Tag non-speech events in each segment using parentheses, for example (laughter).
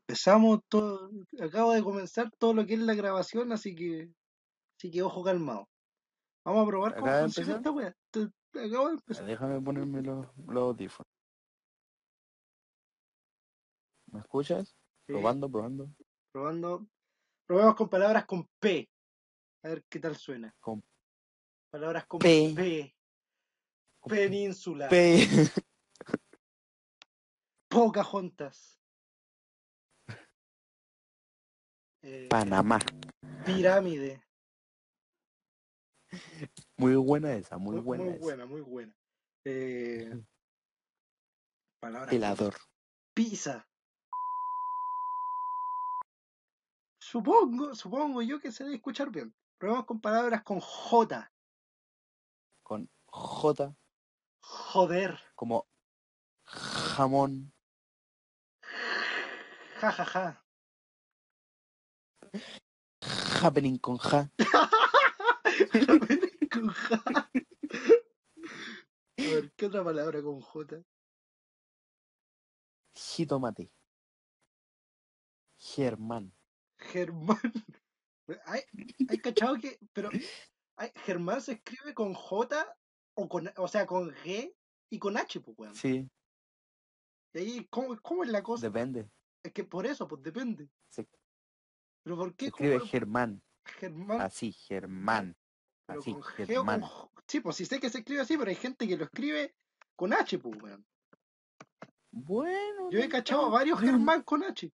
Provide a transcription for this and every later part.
empezamos todo, acaba de comenzar todo lo que es la grabación, así que, así que ojo calmado. Vamos a probar cómo ¿Acaba de funciona empezar? esta wea. Te- Acabo de Ya, empezar. Déjame ponerme los, los audífonos. ¿Me escuchas? Sí, Probando, probando. probando. Probemos con palabras con P. A ver qué tal suena. Con Palabras con P. P. Con Península. P. (laughs) Pocahontas. Eh, Panamá. pirámide. Muy buena esa, muy Muy, buena muy esa. buena, muy buena. Eh, (laughs) palabras con Helador. pizza. Supongo, supongo yo que se debe escuchar bien. Probemos con palabras con J. Con J Joder. como jamón. Ja, ja, ja. (laughs) Happening con ja. Con ja. A ver, ¿qué otra palabra con J? Jitomate. Germán. Germán. Hay, hay cachado que. Pero. hay- Germán se escribe con J o con. O sea, con G y con H, pues, weón. Sí, Y ahí, ¿cómo, cómo es la cosa? depende. Es que por eso, pues depende. Se, Pero ¿por se qué? ¿Cómo escribe Germán. Germán? Así, Germán. Pero Así, con G o con Germán. J. Sí, pues sí sé que se escribe así, pero hay gente que lo escribe con H, pues, weón. Bueno, Yo no he cachado a está (laughs) varios tan- Germán con H.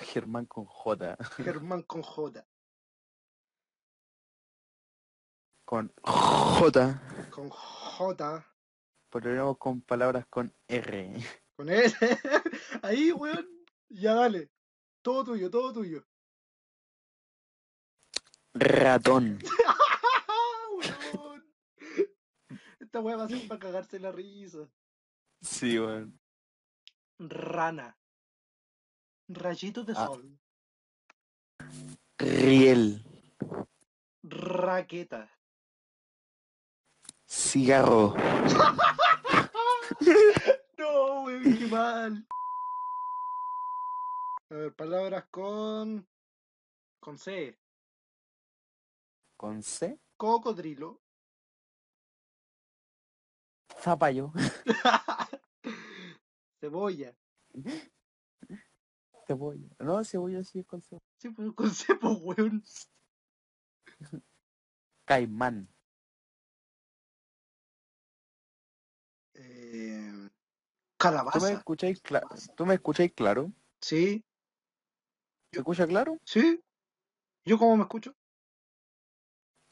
Germán con J. Germán con J. Con J. Con J. Problemas con palabras con R. Con S. (laughs) Ahí, weón. Ya dale. Todo tuyo, todo tuyo. (laughs) (laughs) Ratón. weón. Esta weá va a ser para cagarse la risa. Sí, weón. Rana. Rayito de Ah, sol. riel. Raqueta. Cigarro. No, weón, qué mal. A ver, palabras con. con C. Con C. Cocodrilo. (laughs) Zapallo. Cebolla. (laughs) Cebolla. No, cebolla sí es con cebolla. Sí, pues con C, pues, weón. Caimán. Eh, ¿Tú me calabaza. escucháis, cla- ¿Tú me escucháis claro? Sí, ¿Se escucha claro? sí. ¿Yo cómo me escucho?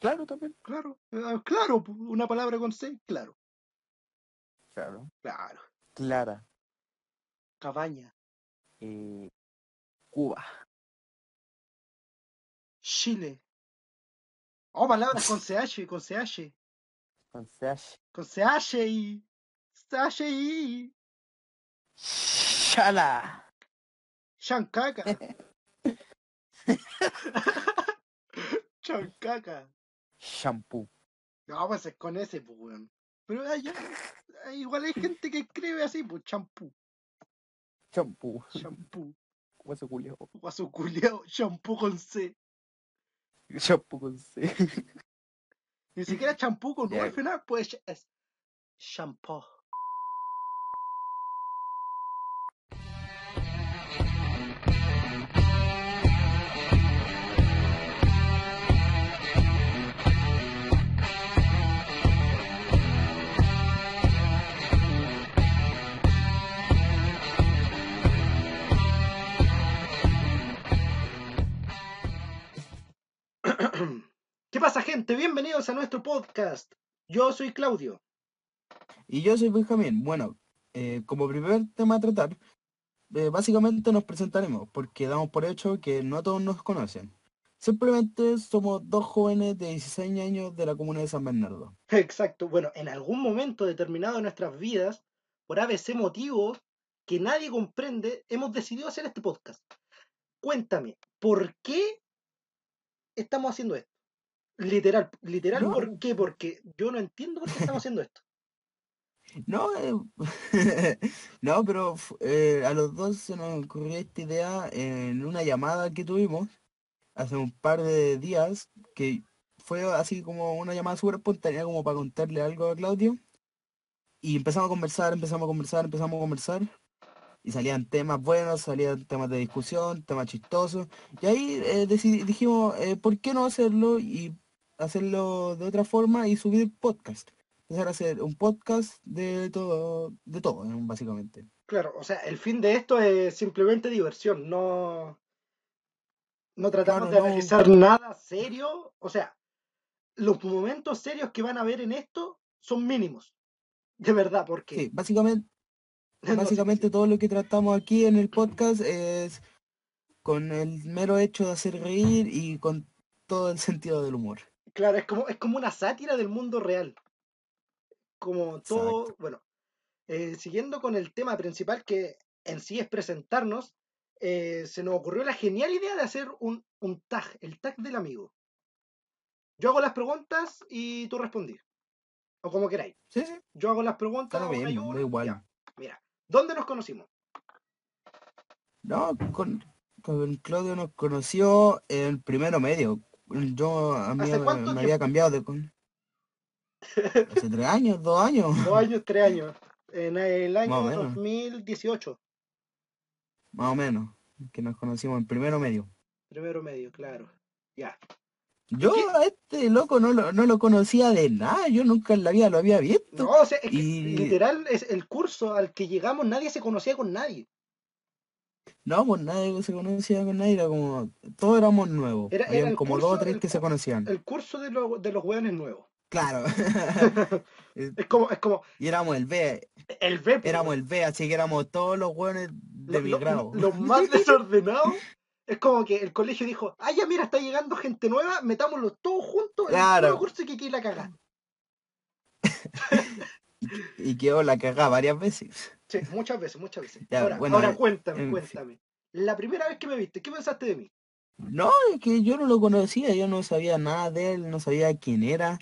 Claro también. Claro. Ah, claro, pu- una palabra con C, claro. Claro. Claro. Clara. Cabaña. Eh, Cuba. Chile. Oh, palabras con CH, con CH. Con CH. Con CH y. CH y. Shala. Chancaca. Chancaca. Shampoo. No, pues es con ese, pues, weón. Pero allá, igual hay gente que escribe así, pues, champú, Shampoo. champú, ¿Cómo se culiao? guaso culiao, champú con C. (laughs) Shampoo con C. Ni siquiera champú con U Ya. al final, pues ya es champú. (clears throat) ¿Qué pasa, gente? Bienvenidos a nuestro podcast. Yo soy Claudio. (laughs) Y yo soy Benjamín. Bueno, eh, como primer tema a tratar, eh, básicamente nos presentaremos, porque damos por hecho que no todos nos conocen. Simplemente somos dos jóvenes de 16 años de la comuna de San Bernardo. Exacto. Bueno, en algún momento determinado de nuestras vidas, por ABC motivos que nadie comprende, hemos decidido hacer este podcast. Cuéntame, ¿por qué estamos haciendo esto? Literal, literal, Yo, ¿por qué? Porque yo no entiendo por qué estamos haciendo esto. No, eh, (laughs) no, pero fu- eh, a los dos se nos ocurrió esta idea en una llamada que tuvimos hace un par de días, que fue así como una llamada súper espontánea como para contarle algo a Claudio. Y empezamos a conversar, empezamos a conversar, empezamos a conversar. Y salían temas buenos, salían temas de discusión, temas chistosos. Y ahí eh, decidi- dijimos, eh, ¿por qué no hacerlo y hacerlo de otra forma y subir podcast? empezar a hacer un podcast de todo, de todo, ¿no? básicamente. Claro, o sea, el fin de esto es simplemente diversión, no, no tratamos Claro, de no. analizar nada serio, o sea, los momentos serios que van a ver en esto son mínimos, de verdad, porque Sí, básicamente, (laughs) no, sí, básicamente sí, todo lo que tratamos aquí en el podcast es con el mero hecho de hacer reír y con todo el sentido del humor. claro, es como, es como una sátira del mundo real, como todo, Exacto. bueno, eh, siguiendo con el tema principal que en sí es presentarnos, eh, se nos ocurrió la genial idea de hacer un, un tag, el tag del amigo. Yo hago las preguntas y tú respondí, o como queráis. Sí, sí, Yo hago las está preguntas, lo una y mismo, da una, ya. igual. Mira, ¿dónde nos (laughs) conocimos? No, con, con Claudio nos conoció en primero medio. Yo a mí ¿Hace me, cuánto me había tiempo? cambiado (laughs) de con... Hace tres años, dos años, (laughs) Dos años, tres años. En el más año o menos, 2018, más o menos, que nos conocimos en primero medio. primero medio, claro. Ya. Yo ¿Qué? a este loco no lo, no lo conocía de nada, yo nunca en la vida lo había No, visto. o sea, es que Y literal es el curso al que llegamos, nadie se conocía con nadie. no, pues nadie se conocía con nadie, era como, todos éramos nuevos. Era, era Habían el como dos o curso, tres el, que se cu- conocían. el curso de, lo- de los hueones (laughs) nuevos. Claro. Eh, Es como, es como Y éramos el B, el B, po, éramos weón. el B, así que éramos todos los buenos Lo- de mi lo- lo- grado. los (laughs) más desordenados. Es como que el colegio dijo, ah, ya mira, está llegando gente nueva, metámoslo todos juntos en un solo Claro. curso y que aquí la cagá. Y, que- y quedó la cagada varias veces. Sí, muchas veces, muchas veces. Ya, Ahora, bueno, ahora eh, cuéntame, en fin. cuéntame. La primera vez que me viste, ¿qué pensaste de mí? No, es que yo no lo conocía, yo no sabía nada de él, no sabía quién era.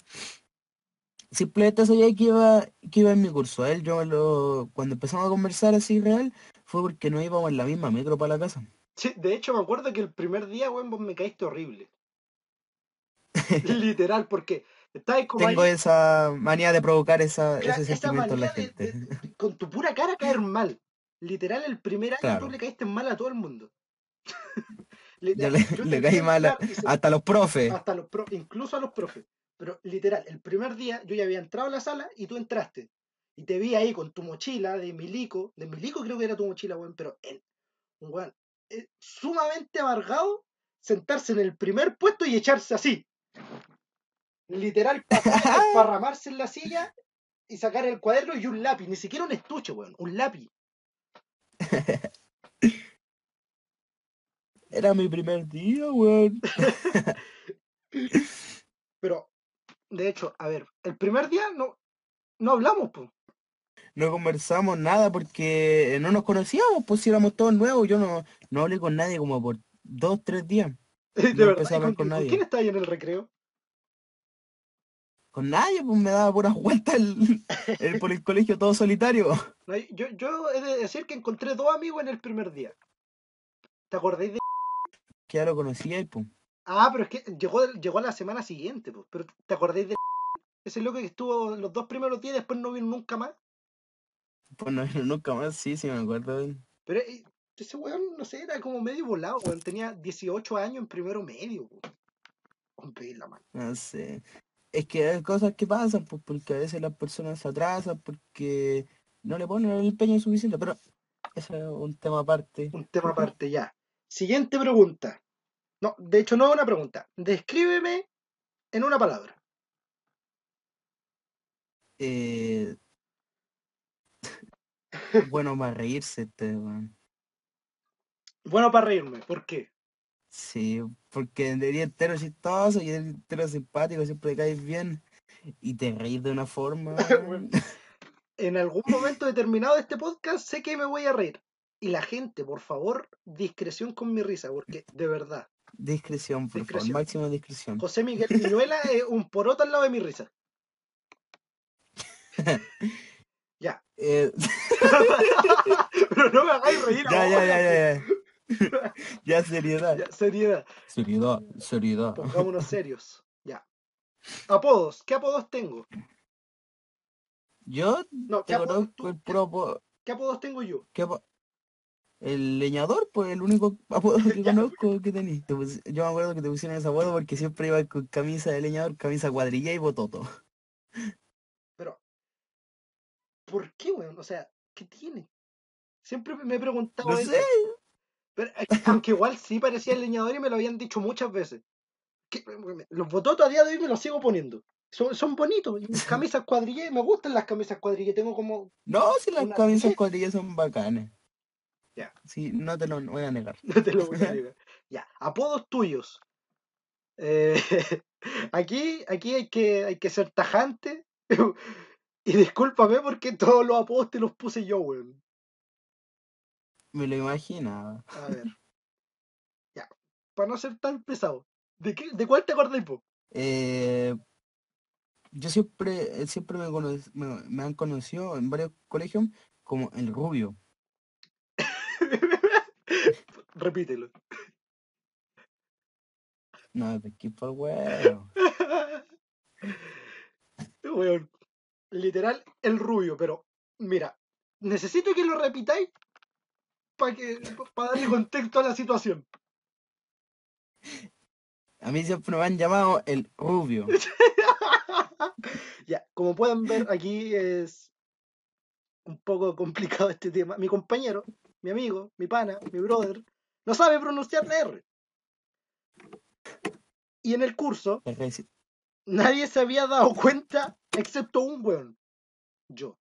Simplemente sabía que iba, que iba en mi curso. Él, yo lo, cuando empezamos a conversar así real, fue porque no íbamos en la misma metro para la casa. Sí, de hecho, me acuerdo que el primer día, weón, vos me caíste (laughs) horrible. Literal, porque estabas como Tengo ahí, esa manía de provocar esa, claro, ese esa sentimiento en la manía de, gente. de- (laughs) de- con tu pura cara caer mal. Literal, el primer año tú Claro. le caíste mal a todo el mundo. (laughs) Literal, Yo le, yo le te vi caí mal a- entrar y se, hasta a los profes. hasta los pro- incluso a los profes. Pero literal, el primer día yo ya había entrado a la sala y tú entraste. Y te vi ahí con tu mochila de milico, de milico creo que era tu mochila, weón, pero en, un weón eh, sumamente amargado, sentarse en el primer puesto y echarse así. Literal, (laughs) pasar, desparramarse en la silla y sacar el cuaderno y un lápiz. Ni siquiera un estuche, weón, un lápiz. Era mi primer día, weón. Pero, de hecho, a ver, el primer día no, no hablamos, pues. No conversamos nada porque eh, no nos conocíamos, pues si éramos todos nuevos. Yo no, no hablé con nadie como por dos, tres días. (laughs) De No verdad, empecé ¿y a con, hablar con qui- con nadie. quién está ahí en el recreo? Con nadie, pues me daba puras vueltas el- el- por el colegio todo solitario. No, Yo, yo he de decir que encontré dos amigos en el primer día. ¿Te acordáis de...? Que ya lo pues, conocía y pum. Ah, pero es que llegó, llegó a la semana siguiente, po. Pero ¿te acordáis de... Ese loco que estuvo los dos primeros días y después no vino nunca más? Pues no, no, nunca más, sí, sí me acuerdo de él. Pero eh, ese weón, no sé, era como medio volado, weón. Tenía 18 años en primero medio, po. Hombre, la mano. No sé. Es que hay cosas que pasan, pues porque a veces las personas se atrasan porque no le ponen el empeño suficiente. Pero eso es un tema aparte. Un tema aparte ya. Siguiente pregunta. No, de hecho no es una pregunta. Descríbeme en una palabra. Eh, bueno, para reírse, este, weón. Bueno, para reírme, ¿por qué? Sí, porque eres entero chistoso y eres entero simpático, siempre caes bien. Y te reís de una forma, Bueno, weón. en algún momento determinado de este podcast sé que me voy a reír. Y la gente, por favor, discreción con mi risa, porque de verdad, Discreción, por favor, discreción. máxima discreción. José Miguel (laughs) Viñuela es un poroto al lado de mi risa. Ya, (laughs) Eh, (laughs) Pero no me hagáis reír ya, ahora. ya, ya, ya, ya. Ya, seriedad. Ya, seriedad. Seriedad, seriedad. Pongámonos serios. Ya. Apodos. ¿Qué apodos tengo? Yo No, ¿qué, te apodos, conozco el puro apodo- ¿qué apodos tengo yo? ¿qué apo- El leñador, pues el único apodo (laughs) que Ya. conozco que tenís. Te pus- Yo me acuerdo que te pusieron ese apodo porque siempre iba con camisa de leñador, camisa cuadrilla y bototo. Pero, ¿por qué, weón? O sea, ¿qué tiene? Siempre me he preguntado No eso. sé. Pero, eh, aunque igual sí parecía el leñador y me lo habían dicho muchas veces. Que- Los bototos a día de hoy me los sigo poniendo. Son, son bonitos. y mis Camisas cuadrillé. Me gustan las camisas cuadrillé. Tengo como. (laughs) No, si las Una (laughs) camisas vez. cuadrillas son bacanas. Ya. Sí, no te lo voy a negar. No te lo voy a negar. Ya, apodos tuyos. Eh, (laughs) aquí aquí hay, que, hay que ser tajante. (laughs) Y discúlpame porque todos los apodos te los puse yo, weón. Me lo imaginaba. A ver. Ya, para no ser tan pesado. ¿De, qué, de cuál te acordáis vos? (laughs) Eh, yo siempre, eh, siempre me, cono- me, me han conocido en varios colegios como el rubio. Repítelo. No, de aquí por huevo. Weón, literal, el rubio, pero mira, necesito que lo repitáis para que para darle contexto a la situación. A mí siempre me han llamado el rubio. Ya, como pueden ver, aquí es un poco complicado este tema. Mi compañero, mi amigo, mi pana, mi brother, no sabe pronunciar la R. Y en el curso, La reci- nadie se había dado cuenta excepto un weón. (laughs) Yo.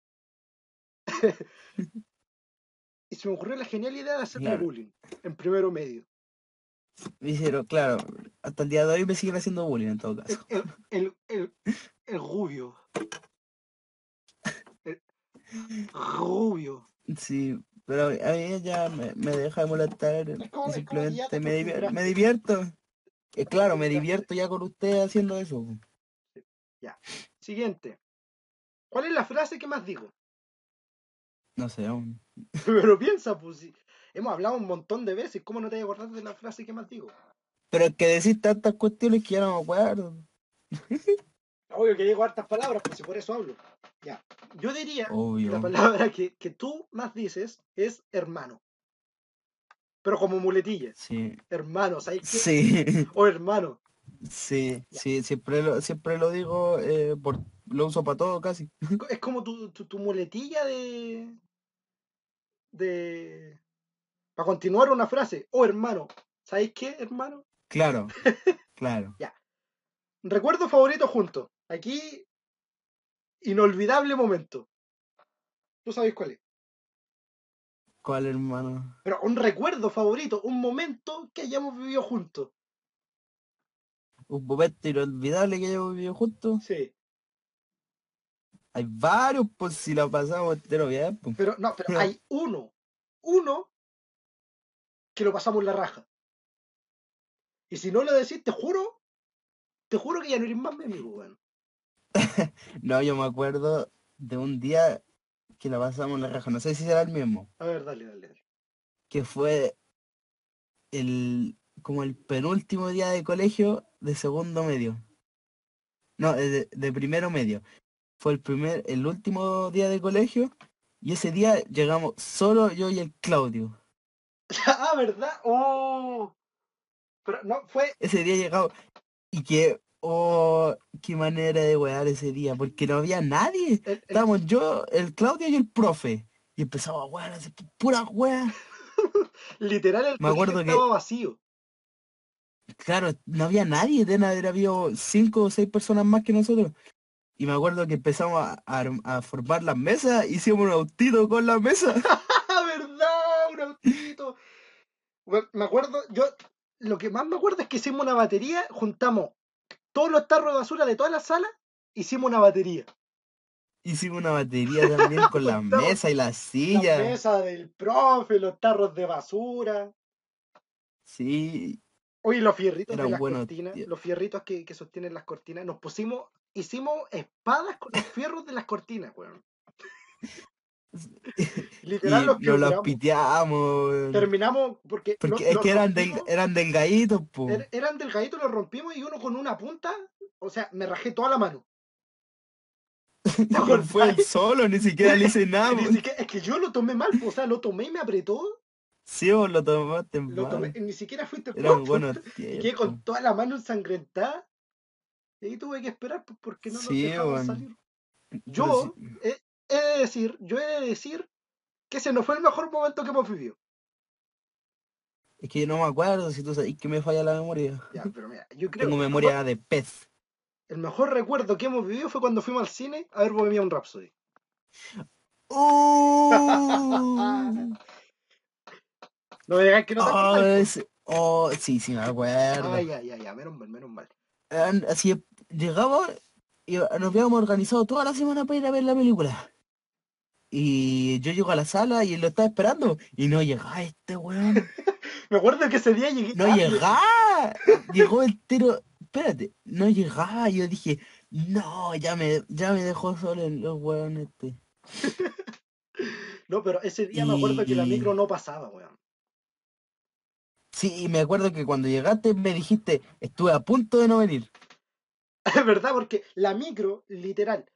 y se me ocurrió la genial idea de hacerle Claro. bullying en primero medio. Me hicieron, claro, hasta el día de hoy me siguen haciendo bullying en todo caso. El, el, el, el rubio. El rubio. Sí, pero a mí ya me, me deja de molestar. Es como- y es como que ya te Simplemente me, divier- acostumbraste. me divierto. Eh, claro, me acostumbraste. divierto ya con usted haciendo eso. po. Siguiente. ¿Cuál es la frase que más digo? (laughs) No sé, aún. Pero piensa, pues si hemos hablado un montón de veces. ¿Cómo no te acordás de la frase que más digo? Pero es que decís tantas cuestiones que ya no me acuerdo. Obvio que digo hartas palabras, pues si por eso hablo. Ya. Yo diría La Obvio. palabra que, que tú más dices es hermano. Pero como muletilla. Sí, Hermano, ¿sabes qué? sí, O hermano. sí, sí, siempre lo, siempre lo digo, eh, por, lo uso para todo casi. Co- Es como tu, tu, tu muletilla de. de. Para continuar una frase. O hermano. ¿Sabes qué, hermano? Claro, claro. Recuerdo favorito juntos. Aquí. Inolvidable momento. Tú sabes cuál es. ¿Cuál hermano? Pero un recuerdo favorito, un momento que hayamos vivido juntos. Un momento inolvidable que llevo vivido juntos. Sí. Hay varios, pues si la pasamos entero bien, pues. Pero no, pero Ya. hay uno. Uno que lo pasamos la raja. Y si no lo decís, te juro, te juro que ya no eres más mi amigo, weón. No, yo me acuerdo de un día que la pasamos la raja, no sé si será el mismo, A ver, dale, dale, dale. que fue el como el penúltimo día de colegio de segundo medio. No, de, de- de primero medio. Fue el primer, el último día de colegio y ese día llegamos solo yo y el Claudio. (laughs) ah, ¿verdad? Oh. Pero no, fue. Ese día llegamos y que, oh, qué manera de wear ese día, porque no había nadie. el- el- Estábamos yo, el Claudio y el profe. Y empezaba a wear, así, pura wea. literal, el me colegio acuerdo que- estaba vacío. Claro, no había nadie, deben haber habido cinco o seis personas más que nosotros. Y me acuerdo que empezamos a, a arm- a formar las mesas, hicimos un autito con la mesa. (laughs) Ah, ¿verdad? Un autito. Weón, Me acuerdo, yo. Lo que más me acuerdo es que hicimos una batería, juntamos todos los tarros de basura de toda la sala, hicimos una batería. Hicimos una batería también con las Juntamos mesas y las la sillas. mesa del profe, los tarros de basura. Sí, Oye, los fierritos de Eran las buenos cortinas, tie- los fierritos que, que sostienen las cortinas, (laughs) nos pusimos, hicimos espadas con los fierros de las cortinas, weón. Y Literal, los nos las pioneamos. piteamos. weón. Terminamos porque. Porque lo- es los que eran, del, rompimos, eran delgaditos, po. er- eran delgaditos, los rompimos y uno con una punta. O sea, me rajé toda la mano. ¿Te Pero fue él acordáis? solo, ni siquiera le hice (laughs) nada. Ni po. siquiera- es que yo lo tomé mal, po, o sea, lo tomé y me apretó. Sí, vos lo tomaste Lo tomé, mal. ni siquiera fuiste al cuarto, Eran (laughs) buenos y tiempos. Quedé con toda la mano ensangrentada. Y ahí tuve que esperar pues, porque no nos Sí, dejaban weón. salir. Pero Yo sí- he de decir, yo he de decir que ese no fue el mejor momento que hemos vivido. Es que yo no me acuerdo si tú sabes que me falla la memoria. (laughs) Ya, pero mira, yo creo Tengo que el memoria de (laughs) pez. mejor- el mejor recuerdo que hemos vivido fue cuando fuimos al cine a ver Bohemian Rhapsody. ¡Uh! No me digas que (laughs) no te oh, acordáis. es- oh, sí, sí, me acuerdo. Ay, ay, ay, ay, menos mal, menos mal. Eran- Así llegaba y nos habíamos organizado toda la semana para ir a ver la película. Y yo llego a la sala y él lo estaba esperando. Y no llegaba este weón. Me acuerdo que ese día llegué No tarde. llegaba. Llegó entero. Espérate, no llegaba. Yo dije, no, ya me, ya me dejó solo en los weones. Este. No, pero ese día me acuerdo que la Y- micro no pasaba, weón. (laughs) Sí, y me acuerdo que cuando llegaste me dijiste, estuve a punto de no venir. Es verdad, porque la micro, literal,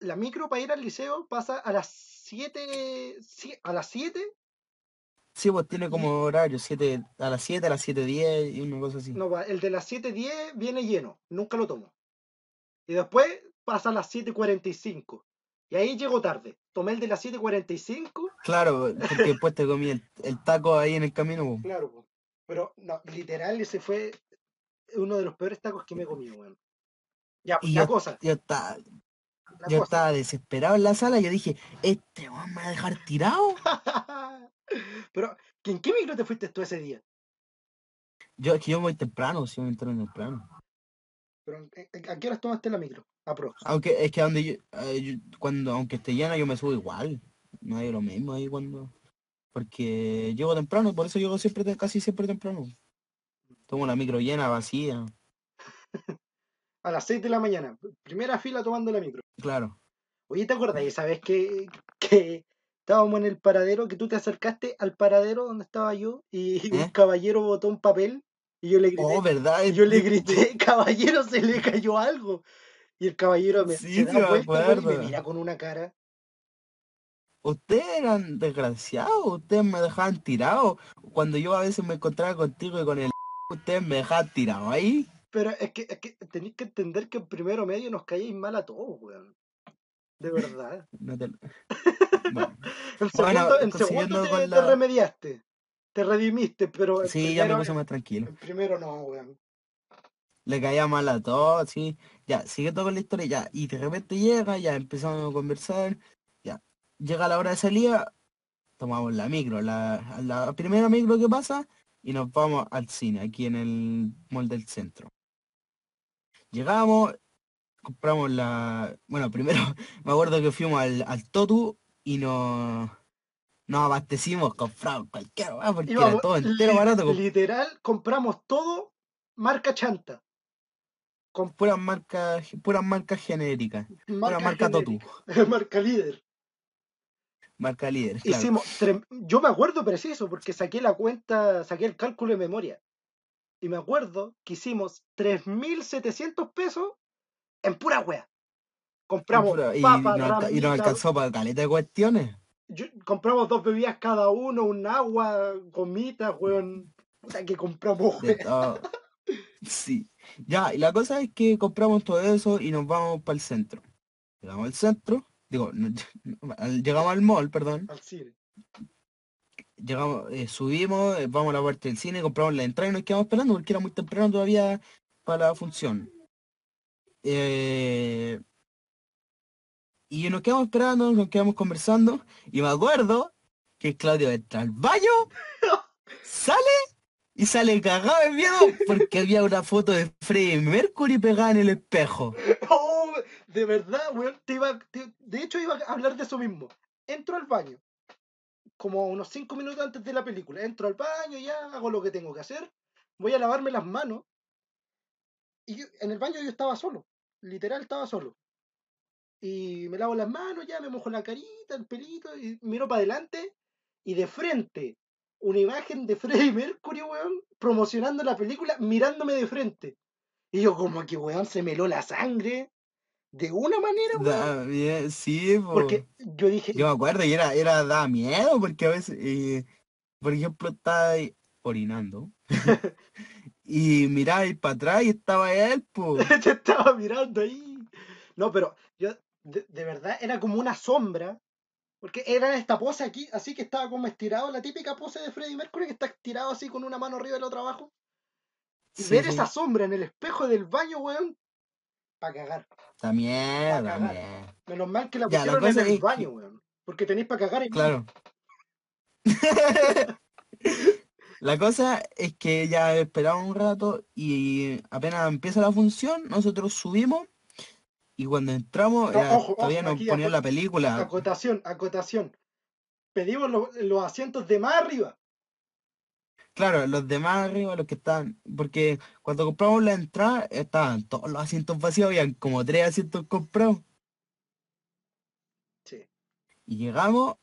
la micro para ir al liceo pasa a las 7, a las 7, Sí, pues tiene como horario, siete, a las 7, a las 7.10 y una cosa así. no, va, el de las 7.10 viene lleno, nunca lo tomo. Y después pasa a las 7.45. Y ahí llego tarde, tomé el de las 7.45, Claro, porque después te comí el, el taco ahí en el camino. pues. po. claro, po. pero no, literal, ese fue uno de los peores tacos que me he comido, weón. Ya, pues, Y la cosa, Yo estaba, la yo cosa. estaba desesperado en la sala, yo dije, ¿este weón me va a dejar tirado? (laughs) pero, ¿en qué micro te fuiste tú ese día? Yo es que yo voy temprano, si yo me entro en el plano. Pero, ¿a- ¿A qué horas tomaste la micro? Aprox. Aunque es que donde yo, eh, yo- cuando, aunque esté llena, yo me subo igual. No hay lo mismo ahí cuando. Porque llego temprano, por eso llego siempre te- casi siempre temprano. Tomo la micro llena, vacía. A las 6 de la mañana. Primera fila tomando la micro. Claro. Oye, ¿te acuerdas? Y sabes que, que estábamos en el paradero, que tú te acercaste al paradero donde estaba yo y (laughs) un ¿Eh? caballero botó un papel y yo le grité, Oh, ¿verdad? y yo (laughs) le grité, (laughs) caballero, se le cayó algo. Y el caballero me, Sí, se sí, da me vuelta weón, y me acuerdo. mira con una cara. Ustedes eran desgraciados, ustedes me dejaban tirado. Cuando yo a veces me encontraba contigo y con el (laughs) ustedes me dejaban tirado ahí. Pero es que, es que tenéis que entender que en primero medio nos calláis mal a todos, weón. De verdad. No te- Bueno, En Bueno, segundo, en consiguiendo segundo te, con te la- remediaste. Te redimiste, pero en sí, ya me primero, puse más tranquilo. en primero no, weón. Le caía mal a todos, sí. Ya, siguiendo con la historia, ya. Y de repente llega, ya empezamos a conversar. Ya. Llega la hora de salida, tomamos la micro, la, la primera micro que pasa, y nos vamos al cine, aquí en el mall del centro. Llegamos, compramos la. Bueno, (laughs) primero me acuerdo que fuimos al, al Totu y nos, nos abastecimos, compramos cualquier weá, porque era Íbamos, todo entero li- barato, pues. con literal, compramos todo marca chanta. Con puras marcas, puras marcas genéricas, marca, marca Totú. genérica, (laughs) marca líder. marca líder, claro. Hicimos, trem- yo me acuerdo preciso porque saqué la cuenta, saqué el cálculo de memoria. Y me acuerdo que hicimos 3.700 pesos en pura wea. Compramos Pura- y, papas, nos, alca- y nos ramitas, alcanzó para caleta de cuestiones. yo- compramos dos bebidas cada uno, un agua, gomitas, weón. Puta que compramos, De weón. todo. Sí. Ya, y la cosa es que compramos todo eso y nos vamos para el centro. Llegamos al centro, digo, no, (laughs) al- llegamos al mall, perdón. Al cine. Llegamos, eh, subimos, eh, vamos a la parte del cine, compramos la entrada y nos quedamos esperando porque era muy temprano todavía para la función. Eh, y nos quedamos esperando, nos quedamos conversando y me acuerdo que Claudio entra al baño, sale y sale cagado de miedo porque había una foto de Freddie Mercury pegada en el espejo. Oh, de verdad, weón, te iba, te- de hecho iba a hablar de eso mismo. Entro al baño, como unos 5 minutos antes de la película. Entro al baño, ya hago lo que tengo que hacer. Voy a lavarme las manos. Y yo- en el baño yo estaba solo. Literal, estaba solo. y me lavo las manos, ya me mojo la carita, el pelito, y miro para adelante y de frente, una imagen de Freddie Mercury, weón, promocionando la película, mirándome de frente. Y yo como que, weón, se me heló la sangre de una manera, weón. Da mie- sí, po. Porque yo dije, Yo me acuerdo y era, era, da miedo porque a veces, eh, por ejemplo, estaba ahí (laughs) orinando y miraba para atrás y estaba él, pues. (laughs) te estaba mirando ahí. No, pero yo, de, de verdad, era como una sombra. Porque era esta pose aquí, así que estaba como estirado, la típica pose de Freddie Mercury, que está estirado así con una mano arriba de la otra abajo. Y ver esa sombra en el espejo del baño, weón, para cagar. Da Pa' miedo, da cagar. miedo. Menos mal que la Ya, la pusieron en cosa el es que- baño, weón. Porque tenéis para cagar en Claro. (laughs) La cosa es que ya esperaba un rato y apenas empieza la función, nosotros subimos y cuando entramos No, era- ojo, todavía ojo, nos aquí ponían aco- la película. acotación, acotación. Pedimos lo- los asientos de más arriba. Claro, los demás arriba, los que estaban, porque cuando compramos la entrada estaban todos los asientos vacíos, habían como tres asientos comprados. Sí. Y llegamos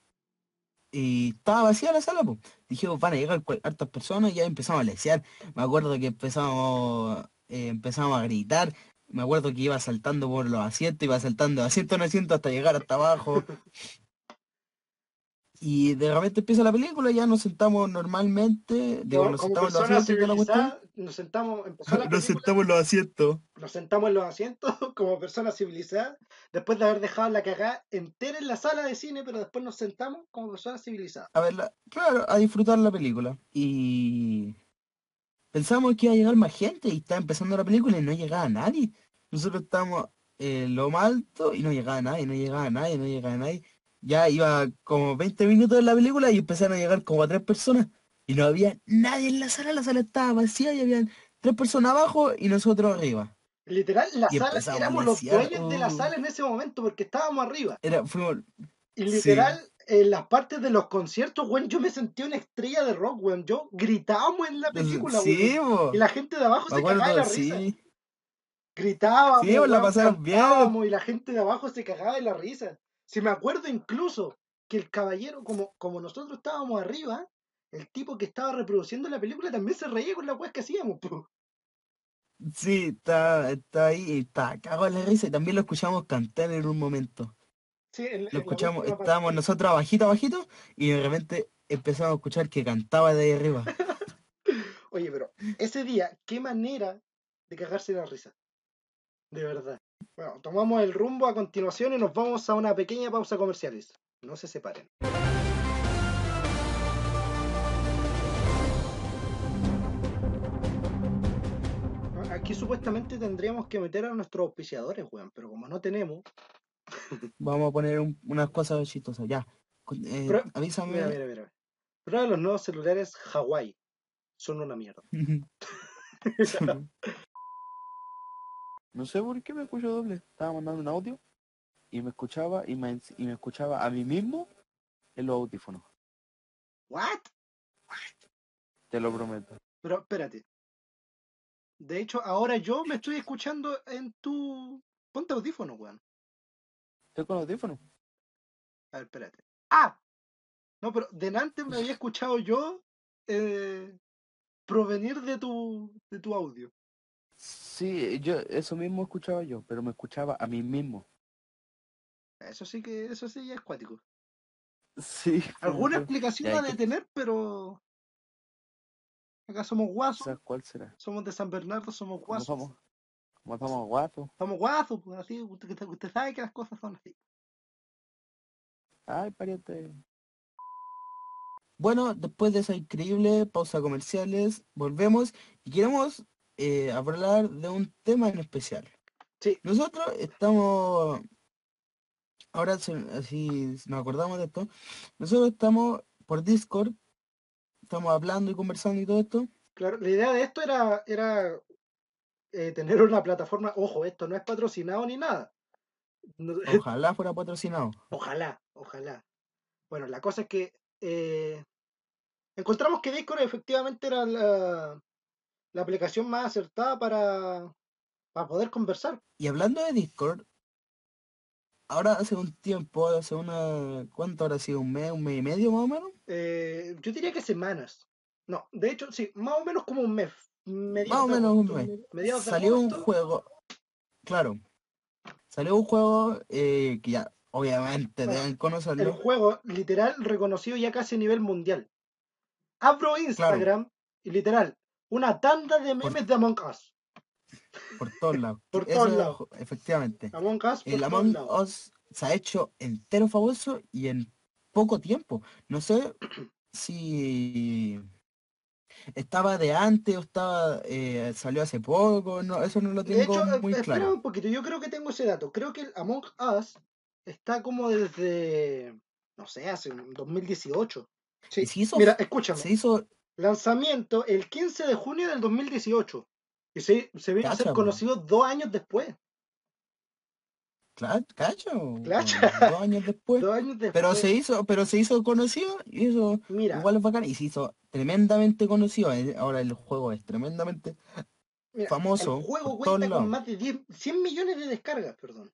y estaba vacía la sala, pues. Dijimos, van a llegar cual- hartas personas y ya empezamos a lesear. Me acuerdo que empezamos, eh, empezamos a gritar. Me acuerdo que iba saltando por los asientos, iba saltando de asiento en asiento hasta llegar hasta abajo. Y de repente empieza la película, ya nos sentamos normalmente, digo, Como, nos como sentamos en los personas asientos y toda la cuestión. civilizadas, nos sentamos, empezó la (laughs) película, Nos sentamos en los asientos. nos sentamos en los asientos (laughs) como personas civilizadas, después de haber dejado la cagada entera en la sala de cine, pero después nos sentamos como personas civilizadas. a verla, claro, a disfrutar la película. Y pensamos que iba a llegar más gente y estaba empezando la película y no llegaba nadie. Nosotros estábamos eh, en lo más alto y no llegaba nadie, no llegaba nadie, no llegaba nadie. Ya iba como 20 minutos de la película y empezaron a llegar como a tres personas y no había nadie en la sala, la sala estaba vacía y habían tres personas abajo y nosotros arriba. Literal, la Y sala, empezamos a éramos los lesear, dueños de la uh, sala en ese momento porque estábamos arriba. era, fuimos, Y sí. literal, en las partes de los conciertos, weón, yo me sentí una estrella de rock, weón. Yo gritábamos en la Entonces, película, Sí, weón. po, Y la gente de abajo me se cagaba de acuerdo, la risa. sí. Sí, Gritábamos, pues la weón, pasaron bien. cantábamos y la gente de abajo se cagaba de la risa. Si me acuerdo incluso que el caballero, como, como nosotros estábamos arriba, el tipo que estaba reproduciendo la película también se reía con la weas que hacíamos, po. Sí, está, está ahí, y está cagado en la risa y también lo escuchamos cantar en un momento. Sí, en, Lo en la escuchamos, última estábamos parte. nosotros abajito, abajito, y de repente empezamos a escuchar que cantaba de ahí arriba. Oye, pero ese día, qué manera de cagarse la risa. De verdad. Bueno, tomamos el rumbo a continuación y nos vamos a una pequeña pausa comerciales. No se separen. Ah, Aquí supuestamente tendríamos que meter a nuestros auspiciadores, weón, pero como no tenemos. Vamos a poner un- unas cosas chistosas, ya. Con- eh, Pro- Mira, avísame. mira, mira. Prueba los nuevos celulares Hawaii. Son una mierda. (laughs) (laughs) No sé por qué me escucho doble. Estaba mandando un audio y me escuchaba y me, y me escuchaba a mí mismo en los audífonos. ¿What? Te lo prometo. Pero espérate. De hecho, ahora yo me estoy escuchando en tu. Ponte audífono, weón. Estoy con los audífonos. A ver, espérate. ¡Ah! No, pero delante me había escuchado yo eh, provenir de tu, de tu audio. Sí, yo eso mismo escuchaba yo, pero me escuchaba a mí mismo. Eso sí que, eso sí es cuático. Sí, pues, (laughs) Alguna weón. explicación Ya, ha ¿y de qué- tener, pero acá somos guasos, ¿sabes cuál será? somos de San Bernardo, somos ¿Cómo guasos. somos? ¿Cómo somos guapos? Somos guasos, pues, así, usted, usted- usted sabe que las cosas son así. Ay, pariente. Bueno, después de esa increíble pausa comerciales, volvemos y queremos eh, hablar de un tema en especial. Sí, Nosotros estamos Ahora, si, así nos acordamos de esto, nosotros estamos por Discord, estamos hablando y conversando y todo esto. claro, la idea de esto era, era eh, tener una plataforma, ojo, esto no es patrocinado ni nada. No- Ojalá fuera patrocinado. (laughs) ojalá, ojalá. Bueno, la cosa es que eh, encontramos que Discord efectivamente era la, la aplicación más acertada para, para poder conversar. Y hablando de Discord, ahora hace un tiempo, hace una, ¿cuánto habrá sido? ¿Un mes, un mes y medio más o menos? Eh, yo diría que semanas. No, de hecho, sí, más o menos como un mes. Más Mediados o de menos un agosto, mes. mediados de Salió un agosto. juego, claro, salió un juego eh, que ya, obviamente, Bueno, deben el conocerlo. juego literal reconocido ya casi a nivel mundial. Abro Instagram y literal, una tanda de Por- memes de Among Us. Por todos lados. Por Eso todos es, lados. jo- efectivamente. Among Us por El todos Among lados. Us se ha hecho entero famoso y en poco tiempo. (coughs) No sé si estaba de antes o estaba eh, salió hace poco. No, eso no lo De tengo hecho, eh, muy espera claro. un poquito, yo creo que tengo ese dato. Creo que el Among Us está como desde, no sé, hace un 2018. Y Sí, se hizo, mira, f- escúchame. se hizo, Lanzamiento el 15 de junio del 2018. Y se, se vino a ser cacha, po, conocido dos años después. cla- cacha, po, Clacha, weón, dos años (laughs) después. dos años Pero después. se hizo, pero se hizo conocido y eso Mira, igual es bacán. Y se hizo tremendamente conocido. El- Ahora el juego es tremendamente mira, el famoso por juego todos cuenta con lados. más de 10, 100 millones de descargas, perdón.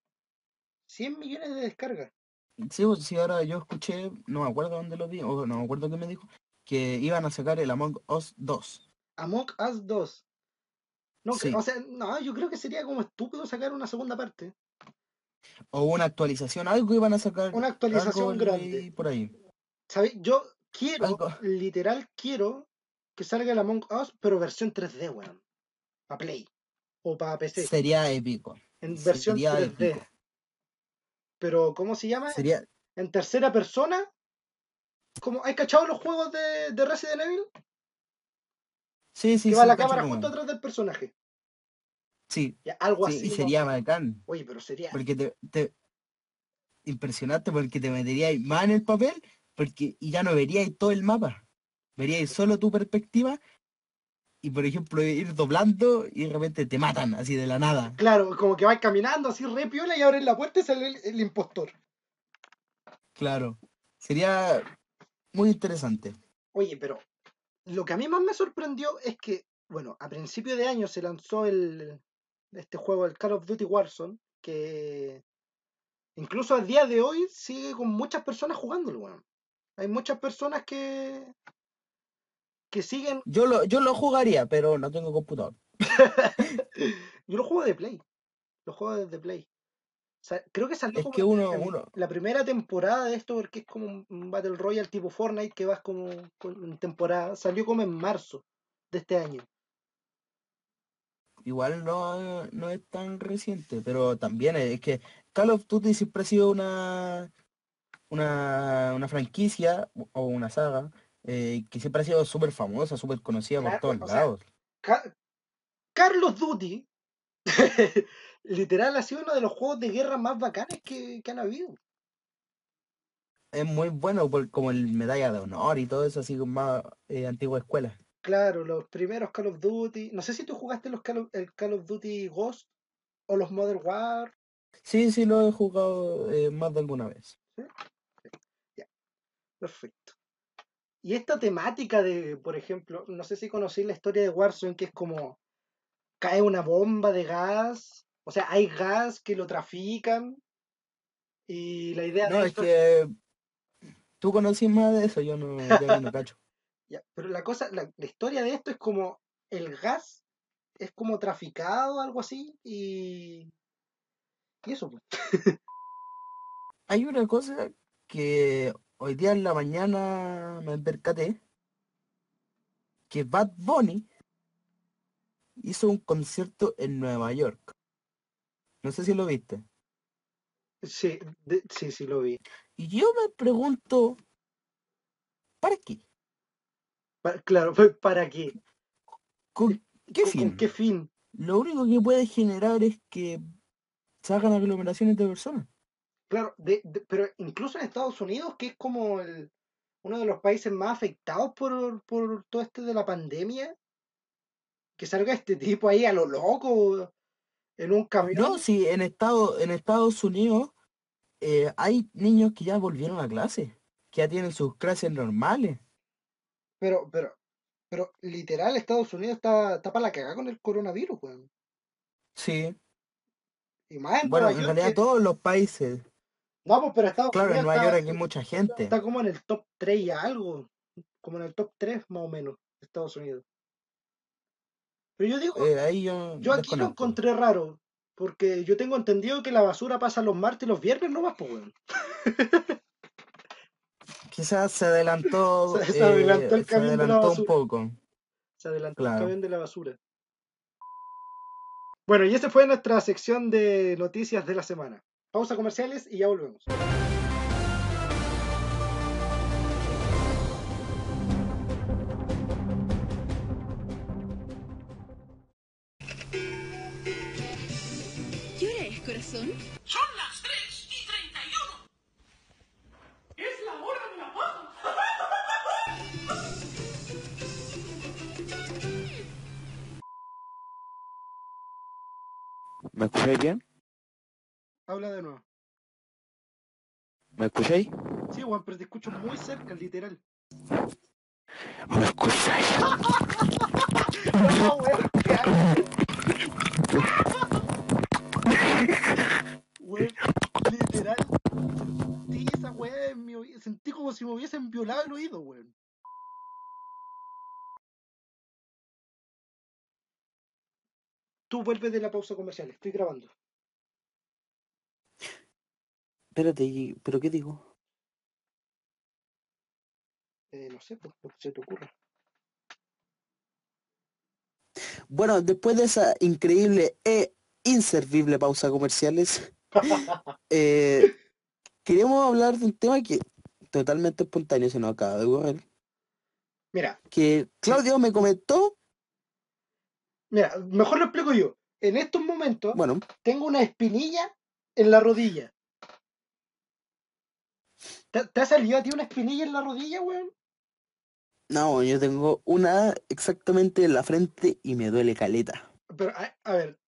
100 millones de descargas. Sí, pues, sí, ahora yo escuché, no me acuerdo dónde lo vi, o no me acuerdo qué me dijo, que iban a sacar el Among Us 2. Among Us 2. No, cre- o Sí, sea, no, yo creo que sería como estúpido sacar una segunda parte. o una actualización, algo iban a sacar, Una algo actualización grande. leí por ahí. ¿Sabes? Yo quiero, Algo, literal quiero, que salga el Among Us, pero versión 3D, weón. Para Play o para PC. sería épico, En versión sería 3D. épico, Pero, ¿cómo se llama? sería, En tercera persona. Como, ¿Hay cachado los juegos de, de Resident Evil? sí, sí, Que va sí, la cacho cámara justo como, atrás del personaje. sí, Ya, algo sí, y así, no sería sé. bacán, Oye, pero sería. porque te, te impresionaste porque te meteríais más en el papel, porque, y ya no veríais todo el mapa, veríais solo tu perspectiva, y por ejemplo ir doblando y de repente te matan así de la nada. Claro, como que vas caminando así re piola y abres la puerta y sale el, el impostor. Claro, sería muy interesante. Oye, pero Lo que a mí más me sorprendió es que, bueno, a principio de año se lanzó el, este juego, el Call of Duty Warzone, que incluso a día de hoy sigue con muchas personas jugándolo, weón. Hay muchas personas que, que siguen. Yo lo, yo lo jugaría, pero no tengo computador. Yo lo juego de Play, lo juego desde Play. Sa- creo que salió Es como que uno, en uno, la primera temporada de esto, porque es como un un Battle Royale tipo Fortnite que vas como con- en temporada. Salió como en marzo de este año. igual no, no es tan reciente, pero también es que Call of Duty siempre ha sido una, una, una franquicia o o una saga eh, que siempre ha sido súper famosa, súper conocida por Claro, todos o sea, lados. ca- Carlos Duty, (laughs) literal, ha sido uno de los juegos de guerra más bacanes que, que han habido. Es muy bueno por- como el Medalla de Honor y todo eso, así como más eh, antigua escuela. Claro, los primeros Call of Duty. No sé si tú jugaste los Call of- el Call of Duty Ghost o los Modern War. Sí, sí, lo he jugado eh, más de alguna vez. ¿sí? Ya, perfecto. Y esta temática de, por ejemplo, no sé si conocí la historia de Warzone, que es como cae una bomba de gas. O sea, hay gas que lo trafican. Y la idea de No, es esto es que Tú conocís más de eso, yo no, yo ahí no cacho. Ya, pero la cosa, la, la historia de esto es como el gas es como traficado, algo así, y, y eso, pues. Hay una cosa que hoy día en la mañana me percaté, que Bad Bunny hizo un concierto en Nueva York. No sé si lo viste. Sí, de- sí, sí, lo vi. Y yo me pregunto, ¿para qué? Pa- claro, (laughs) pues, ¿para qué? ¿Con qué ¿Con, con fin? qué fin? Lo único que puede generar es que se hagan aglomeraciones de personas. Claro, de- de- pero incluso en Estados Unidos, que es como el- uno de los países más afectados por, por todo este de la pandemia, que salga este tipo ahí a lo loco, en un No, camión. si en Estado, en Estados Unidos eh, hay niños que ya volvieron a clase, que ya tienen sus clases normales. Pero, pero, pero literal, Estados Unidos está, está para la cagada con el coronavirus, weón. Sí. Y más en Nueva Bueno, en York, realidad que todos los países. No, pues, pero Estados Claro, en Unidos Nueva está, York aquí hay mucha gente. está como en el top 3 y algo. Como en el top 3 más o menos de Estados Unidos. Pero yo digo, Eh, ahí yo, yo aquí lo desconozco. encontré raro. Porque yo tengo entendido que la basura pasa los martes y los viernes nomás, pues, weón. Quizás se adelantó, (laughs) Se- eh, se adelantó el se camión de la adelantó un basura. poco. Se adelantó el Claro. camión de la basura. Bueno, y esa fue nuestra sección de noticias de la semana. Pausa comerciales y ya volvemos. ¿Qué hora es, corazón? ¿Me escucháis bien? Habla de nuevo. ¿Me escucháis? Sí, weón, pero te escucho muy cerca, literal. ¿Me escucháis? No, weón, ¿qué haces? Weón, literal. Sí, esa weá en mi oído. Sentí como si me hubiesen violado el oído, weón. Tú vuelves de la pausa comercial, estoy grabando. Espérate, ¿y- ¿pero qué digo? Eh, no sé, pues, lo que se te ocurre. Bueno, después de esa increíble e inservible (laughs) pausa comerciales, eh, queremos hablar de un tema que totalmente espontáneo se nos acaba de ocurrir, Mira, que Claudio me comentó, mira, mejor lo explico yo. En estos momentos bueno, tengo una espinilla en la rodilla. ¿Te, te ha salido a ti una espinilla en la rodilla, weón? no, yo tengo una exactamente en la frente y me duele caleta. Pero, a, a ver,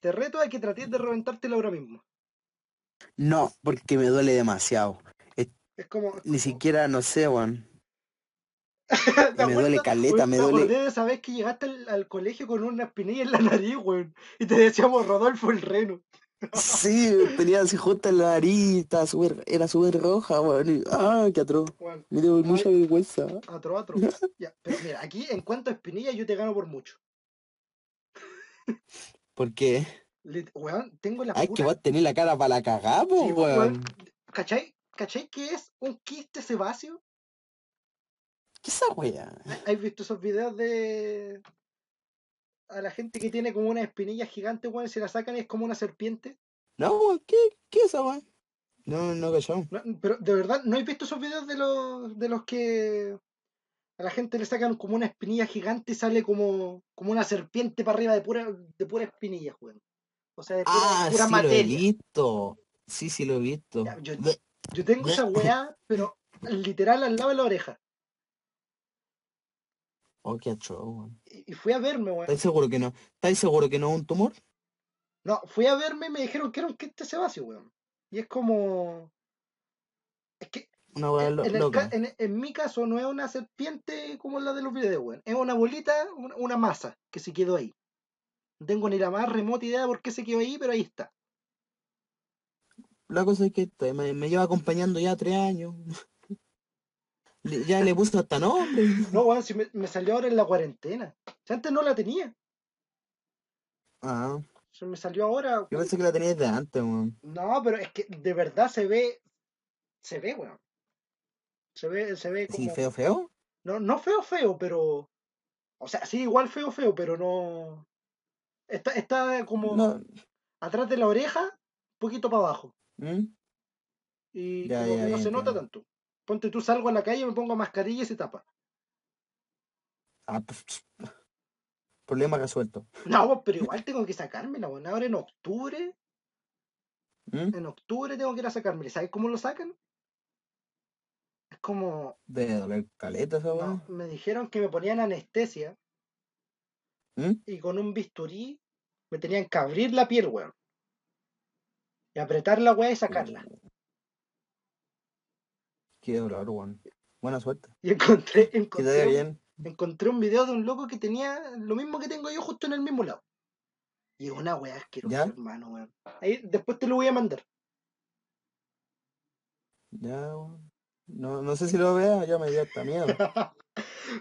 te reto a que trates de reventártela ahora mismo. No, porque me duele demasiado. Es como. Ni siquiera, no sé, weón. (laughs) ¿Te Me acuerdas? duele caleta, Weón, me me duele. acordé de esa vez que llegaste al, al colegio con una espinilla en la nariz, weón. Y te decíamos Rodolfo el reno. Sí, tenía así justo en la nariz, estaba súper- era súper roja, weón. y- Ah, qué atroz. Weón, Me dio mucha vergüenza. Otro, otro. Ya, pero mira, aquí en cuanto a espinilla yo te gano por mucho. ¿Por qué? Lit- Weón, tengo la Ay, que pura... vos tenés la cara para la cagada, po, Sí, pues, weón. weón. ¿Cachai? ¿Cachai qué es un quiste sebáceo? ¿Qué esa weá? ¿Has visto esos videos de... A la gente que tiene como una espinilla gigante, weón, y se la sacan y es como una serpiente? No, weón, ¿qué, qué esa weá? No, no cachón. No, pero de verdad, ¿no has visto esos videos de los, de los que... A la gente le sacan como una espinilla gigante y sale como, como una serpiente para arriba de pura, de pura espinilla, weón. O sea, de pura, Ah, pura sí, materia. lo he visto. Sí, sí, lo he visto. Ya, yo- Ve- Yo tengo esa weá, pero literal al lado de la oreja. Oh, qué atroz, weón. Y y fui a verme, weón. ¿Estáis seguro que no? ¿Estáis seguro que no es un tumor? No, fui a verme y me dijeron que era un quiste sebáceo, weón. Y es como. Es que Una weá en, lo- en Eh, el loca. ca- en- en mi caso no es una serpiente como la de los videos, weón. Es una bolita, un- una masa que se quedó ahí. No tengo ni la más remota idea de por qué se quedó ahí, pero ahí (laughs) está. La cosa es que te- me, me lleva acompañando ya tres años. (laughs) Le- ya le puse hasta nombre. No, weón, si me, me salió ahora en la cuarentena. Si antes no la tenía. Ah, Se me salió ahora. yo pensé que la tenías de antes, weón. No, pero es que de verdad se ve. Se ve, weón. Se ve, se ve como. Sí, feo, feo. No, no feo, feo, pero. O sea, sí, igual feo, feo, pero no. Está, está como No. atrás de la oreja, un poquito para abajo. ¿Mm? Y Ya, como ya, que no ya, se nota entiendo. tanto. Ponte tú, salgo a la calle, me pongo mascarilla y se tapa. (laughs) Ah, pues, problema resuelto. No, pues, pero igual tengo que sacármela, weón. Ahora en octubre, ¿Mm? en octubre tengo que ir a sacármela. ¿Sabes cómo lo sacan? Es como. De doler caleta esa no, weón. me dijeron que me ponían anestesia ¿Mm? y con un bisturí me tenían que abrir la piel, weón. Y apretar la weá y sacarla. Qué dolor, weón. Buena suerte. Y encontré, Que te vaya encontré, un, bien. encontré un video de un loco que tenía lo mismo que tengo yo justo en el mismo lado. Y es una weá asquerosa, ¿Ya? hermano, weón. Ahí, después te lo voy a mandar. Ya, weón. no, no sé si lo vea, ya me dio hasta miedo.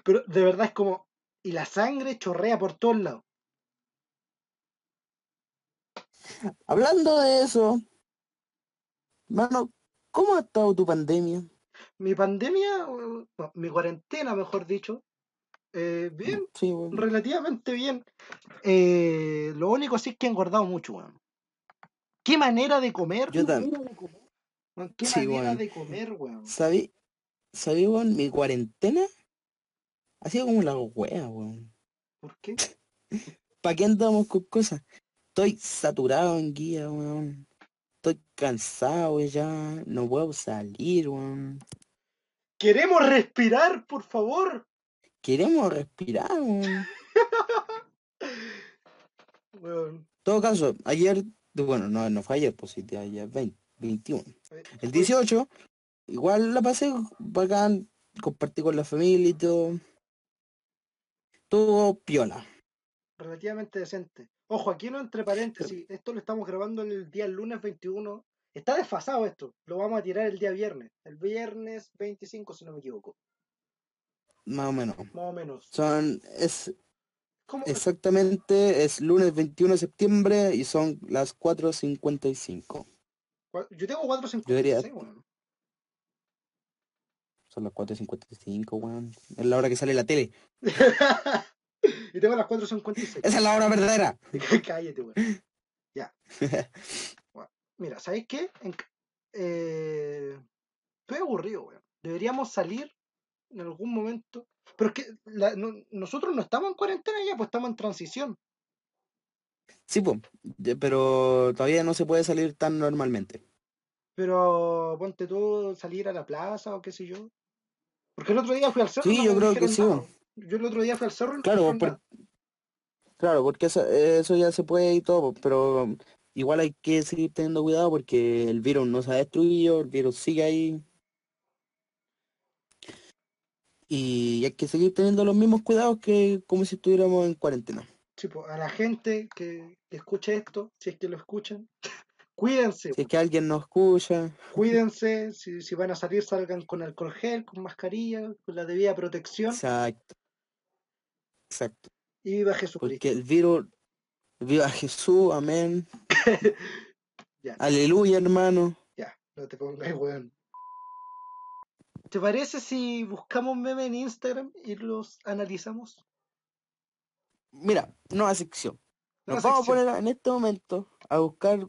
Pero de verdad es como. Y la sangre chorrea por todos lados. Hablando de eso, mano, ¿cómo ha estado tu pandemia? Mi pandemia, o- o mi cuarentena, mejor dicho, eh, bien, Sí, weón. relativamente bien. Eh, lo único sí es que he engordado mucho, weón. ¿Qué manera de comer? Yo también. weón? ¿Qué Sí, manera weón. de comer, weón? ¿Sabí? ¿Sabí, weón? Mi cuarentena ha sido como la wea, weón. ¿Por qué? ¿Para qué andamos con cosas? Estoy saturado en guía, weón. Estoy cansado ya. No puedo salir, weón. Queremos respirar, por favor. Queremos respirar, weón. En Weón. todo caso, ayer, bueno, no, no fue ayer, pues sí, de ayer 20, 21. Weón, El 18, igual la pasé bacán, compartí con la familia y todo. Todo piola. Relativamente decente. Ojo, aquí no entre paréntesis. Esto lo estamos grabando el día lunes 21. Está desfasado esto. Lo vamos a tirar el día viernes. El viernes 25, si no me equivoco. Más o menos. Más o menos. Son, es, ¿Cómo? Exactamente, es lunes 21 de septiembre y son las 4.55. Cua- Yo tengo Yo diría- 4.56, weón. Son las 4.55, weón. Es la hora que sale la tele. (laughs) y tengo las 4.56. Esa es la hora verdadera. (laughs) Cállate, weón. (laughs) Ya. Bueno, Mira, ¿sabes qué? En ca- eh, Estoy aburrido, weón. Deberíamos salir en algún momento. Pero es que la- no- nosotros no estamos en cuarentena ya, pues estamos en transición. Sí, pues, pero todavía no se puede salir tan normalmente. Pero ponte tú salir a la plaza o qué sé yo. Porque el otro día fui al cerro. Sí, y no yo me creo que dijeron sí, nada. weón. Yo el otro día fui al cerro. y no me Claro, dijeron por- nada. claro, porque eso, eso ya se puede y todo, po, pero um, igual hay que seguir teniendo cuidado porque el virus no se ha destruido, el virus sigue ahí. Y hay que seguir teniendo los mismos cuidados que como si estuviéramos en cuarentena. Sí, pues, a la gente que, que escuche esto, si es que lo escuchan, (laughs) cuídense, Si es que alguien nos escucha. cuídense, si, si van a salir salgan con alcohol gel, con mascarilla, con la debida protección Exacto. Exacto. y viva Jesucristo. Porque el virus, viva (laughs) Jesús, amén. Ya. Aleluya, hermano. Ya, no te pongas weón. ¿Te parece si buscamos meme en Instagram y los analizamos? Mira, nueva sección. Nos Nueva vamos sección. a poner en este momento a buscar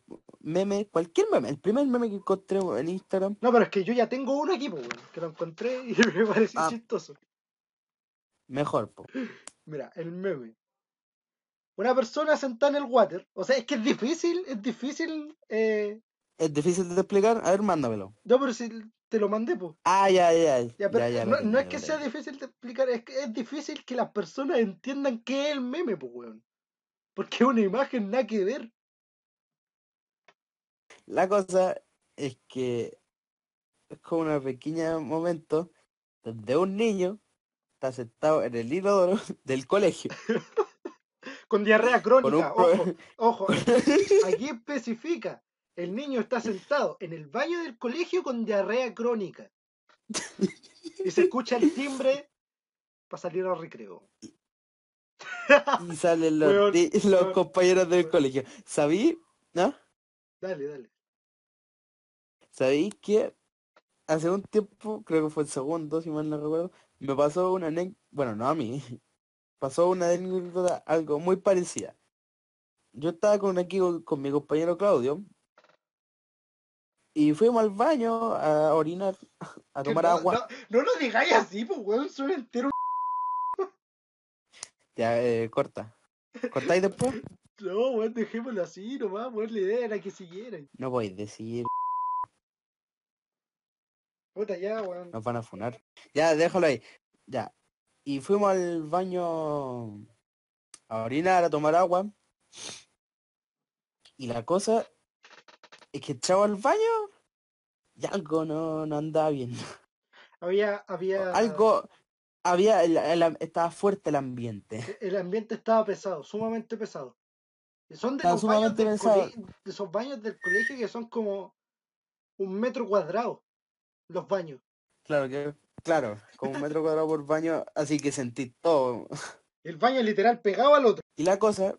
memes, cualquier meme, el primer meme que encontremos en Instagram. No, pero es que yo ya tengo uno aquí, pues, weón, que lo encontré y (laughs) me pareció Ah. chistoso. Mejor, po. Mira, el meme. Una persona sentada en el water. O sea, es que es difícil, es difícil. Eh... Es difícil de explicar. A ver, mándamelo. No, pero si te lo mandé, pues. Ah, ya, ya. Ya, Ya, pero ya, ya, no, lo no es tengo, que lo sea tengo. difícil de explicar, es que es difícil que las personas entiendan qué es el meme, pues, weón. Porque es una imagen nada que ver. La cosa es que es como un pequeño momento donde un niño está sentado en el inodoro (laughs) (laughs) del colegio. Con diarrea crónica, pro- ojo, ojo. (laughs) Aquí especifica, el niño está sentado en el baño del colegio con diarrea crónica. Y se escucha el timbre para salir al recreo. y salen los, Weón, ti- los weón, compañeros del weón. colegio. ¿Sabí? ¿No? Dale, dale. ¿Sabí que hace un tiempo, creo que fue el segundo, si mal no recuerdo, me pasó una anécdota, bueno, no a mí, (laughs) pasó una anécdota algo muy parecida. Yo estaba con aquí con con mi compañero Claudio y fuimos al baño a orinar, a tomar no, agua. No, no lo digáis así, pues, weón, suena entero. Ya, eh, corta. ¿Cortáis después? No, weón, dejémoslo así nomás, weón, la idea era que siguieran. No voy a decir, Puta, ya, weón. nos van a funar. Ya, déjalo ahí. Ya. Y fuimos al baño a orinar, a tomar agua. Y la cosa es que entraba al baño y algo no, no andaba bien. Había, había... Algo había, el- el- estaba fuerte el ambiente. E- El ambiente estaba pesado, sumamente pesado. Y Son de Estaba los baños sumamente del pesado. colegio, de esos baños del colegio que son como un metro cuadrado. los baños. Claro que, claro, como un metro cuadrado por baño, así que sentí todo. El baño es literal pegado al otro. Y la cosa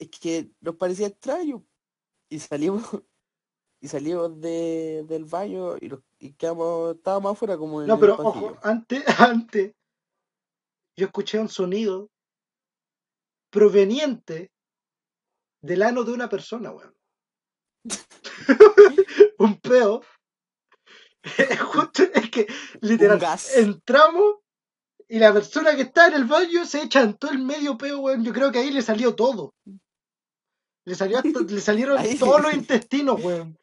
es que nos parecía extraño. Y salimos, (laughs) y salimos de, del baño y, nos- y quedamos, estábamos afuera como en No, el pero pasillo. ojo, (laughs) antes, antes, yo escuché un sonido proveniente del ano de una persona, (laughs) weón. un peo. (laughs) Justo, es que, literal, Un gas. entramos y la persona que está en el baño se chantó el medio peo, weón. Yo creo que ahí le salió todo. Le, salió (laughs) hasta- le salieron Ahí. todos los intestinos, weón.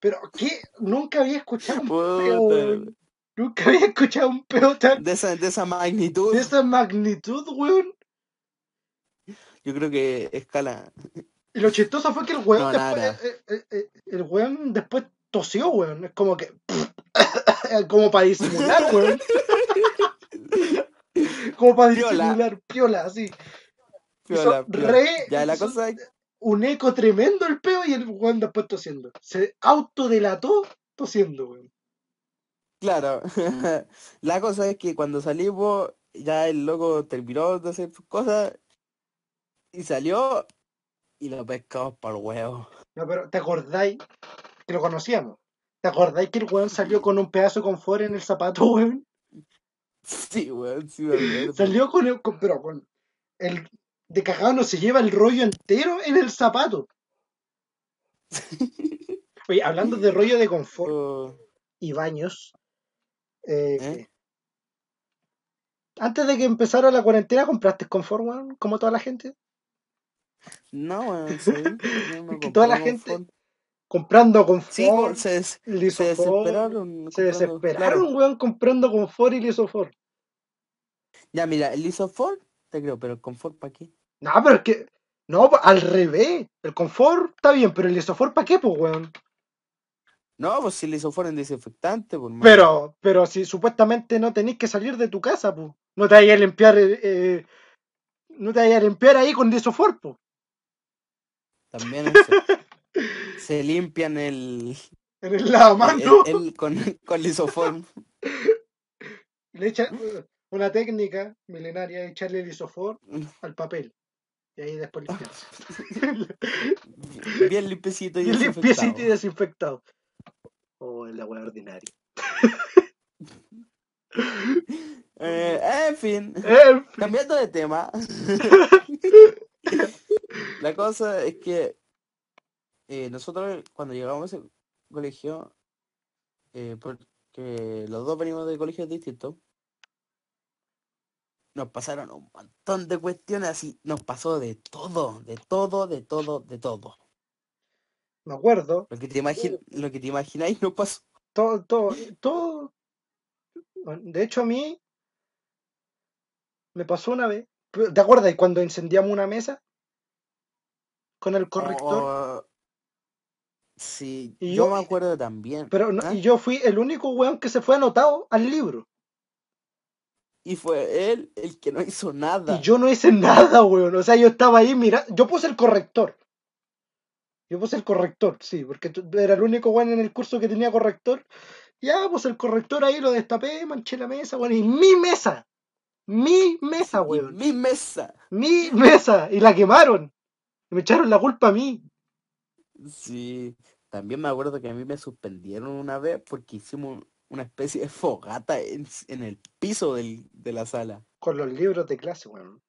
Pero, ¿qué? Nunca había escuchado un peo, Puta, weón. Nunca había escuchado un peo tan de, esa, de esa magnitud, de esa magnitud, weón. yo creo que escala. Y lo chistoso fue que el weón No, después. nada. eh, eh, eh, el weón después tosió, weón. Es como que. como para disimular, weón. como para Piola. disimular, piola, así. Hizo Piola, piola. re. Ya la hizo cosa es Un eco tremendo el peo y el weón después tosiendo. Se autodelató tosiendo, weón. Claro, (laughs) la cosa es que cuando salimos, ya el loco terminó de hacer sus cosas y salió y lo pescamos por huevo. (laughs) No, pero ¿te acordáis que lo conocíamos? ¿Te acordáis que el weón salió con un pedazo de confort en el zapato, weón? Sí, weón, sí me acuerdo. Salió con el. con- pero con. El, de cagado no se lleva el rollo entero en el (laughs) zapato. Oye, hablando de rollo de confort (laughs) Oh, y baños. eh, ¿Eh? Antes de que empezara la cuarentena, ¿compraste confort, weón? Como toda la gente. no, weón, sí, (laughs) Es no me que compré toda la un gente phone. Comprando confort. Sí, weón, se, des- lisofort, se desesperaron. se comprando- desesperaron, claro. weón, comprando confort y lisofort. Ya, mira, el Isofort, te creo, pero el confort para qué. No, pero es que. No, pa- al revés. El confort está bien, pero el lisofort, ¿para qué, pues, weón? No, pues si el Isofort es desinfectante, por más. Pero, pero si supuestamente no tenéis que salir de tu casa, pues. No te vayas a limpiar. eh, eh, no te vayas a limpiar ahí con lisofort, pues. También eso. Se limpian el, (laughs) En el lavamano. el- el- con, con lisoform. Le echa ¿Mm? una técnica milenaria de echarle el isofor al papel. Y ahí después Ah, limpiarse. Bien limpiecito y Bien limpiecito (laughs) y desinfectado. desinfectado. Oh, la weá ordinaria. Eh, en fin, Eh, cambiando (laughs) de tema. La cosa es que eh, nosotros cuando llegamos a ese colegio, eh, porque los dos venimos de colegios distintos, nos pasaron un montón de cuestiones así, nos pasó de todo, de todo, de todo, de todo. me acuerdo. Lo que te imagin Uh. lo que te imagináis nos pasó. Todo, todo, todo. De hecho, a mí me pasó una vez. ¿Te acuerdas cuando incendiamos una mesa? Con el corrector. Oh, sí, Y yo yo- me acuerdo también. Pero no- ¿Ah? y yo fui el único weón que se fue anotado al libro. Y fue él el que no hizo nada. Y yo no hice nada, weón. O sea, yo estaba ahí mirando. Yo puse el corrector. Yo puse el corrector, sí, porque tú- era el único weón en el curso que tenía corrector. Ya, puse el corrector ahí, lo destapé, manché la mesa, weón. Y mi mesa. Mi mesa, Y weón. mi mesa. Mi mesa. Y la quemaron. Y me echaron la culpa a mí. Sí. También me acuerdo que a mí me suspendieron una vez porque hicimos una especie de fogata en, en el piso del- de la sala. (laughs) Con los libros de clase, weón.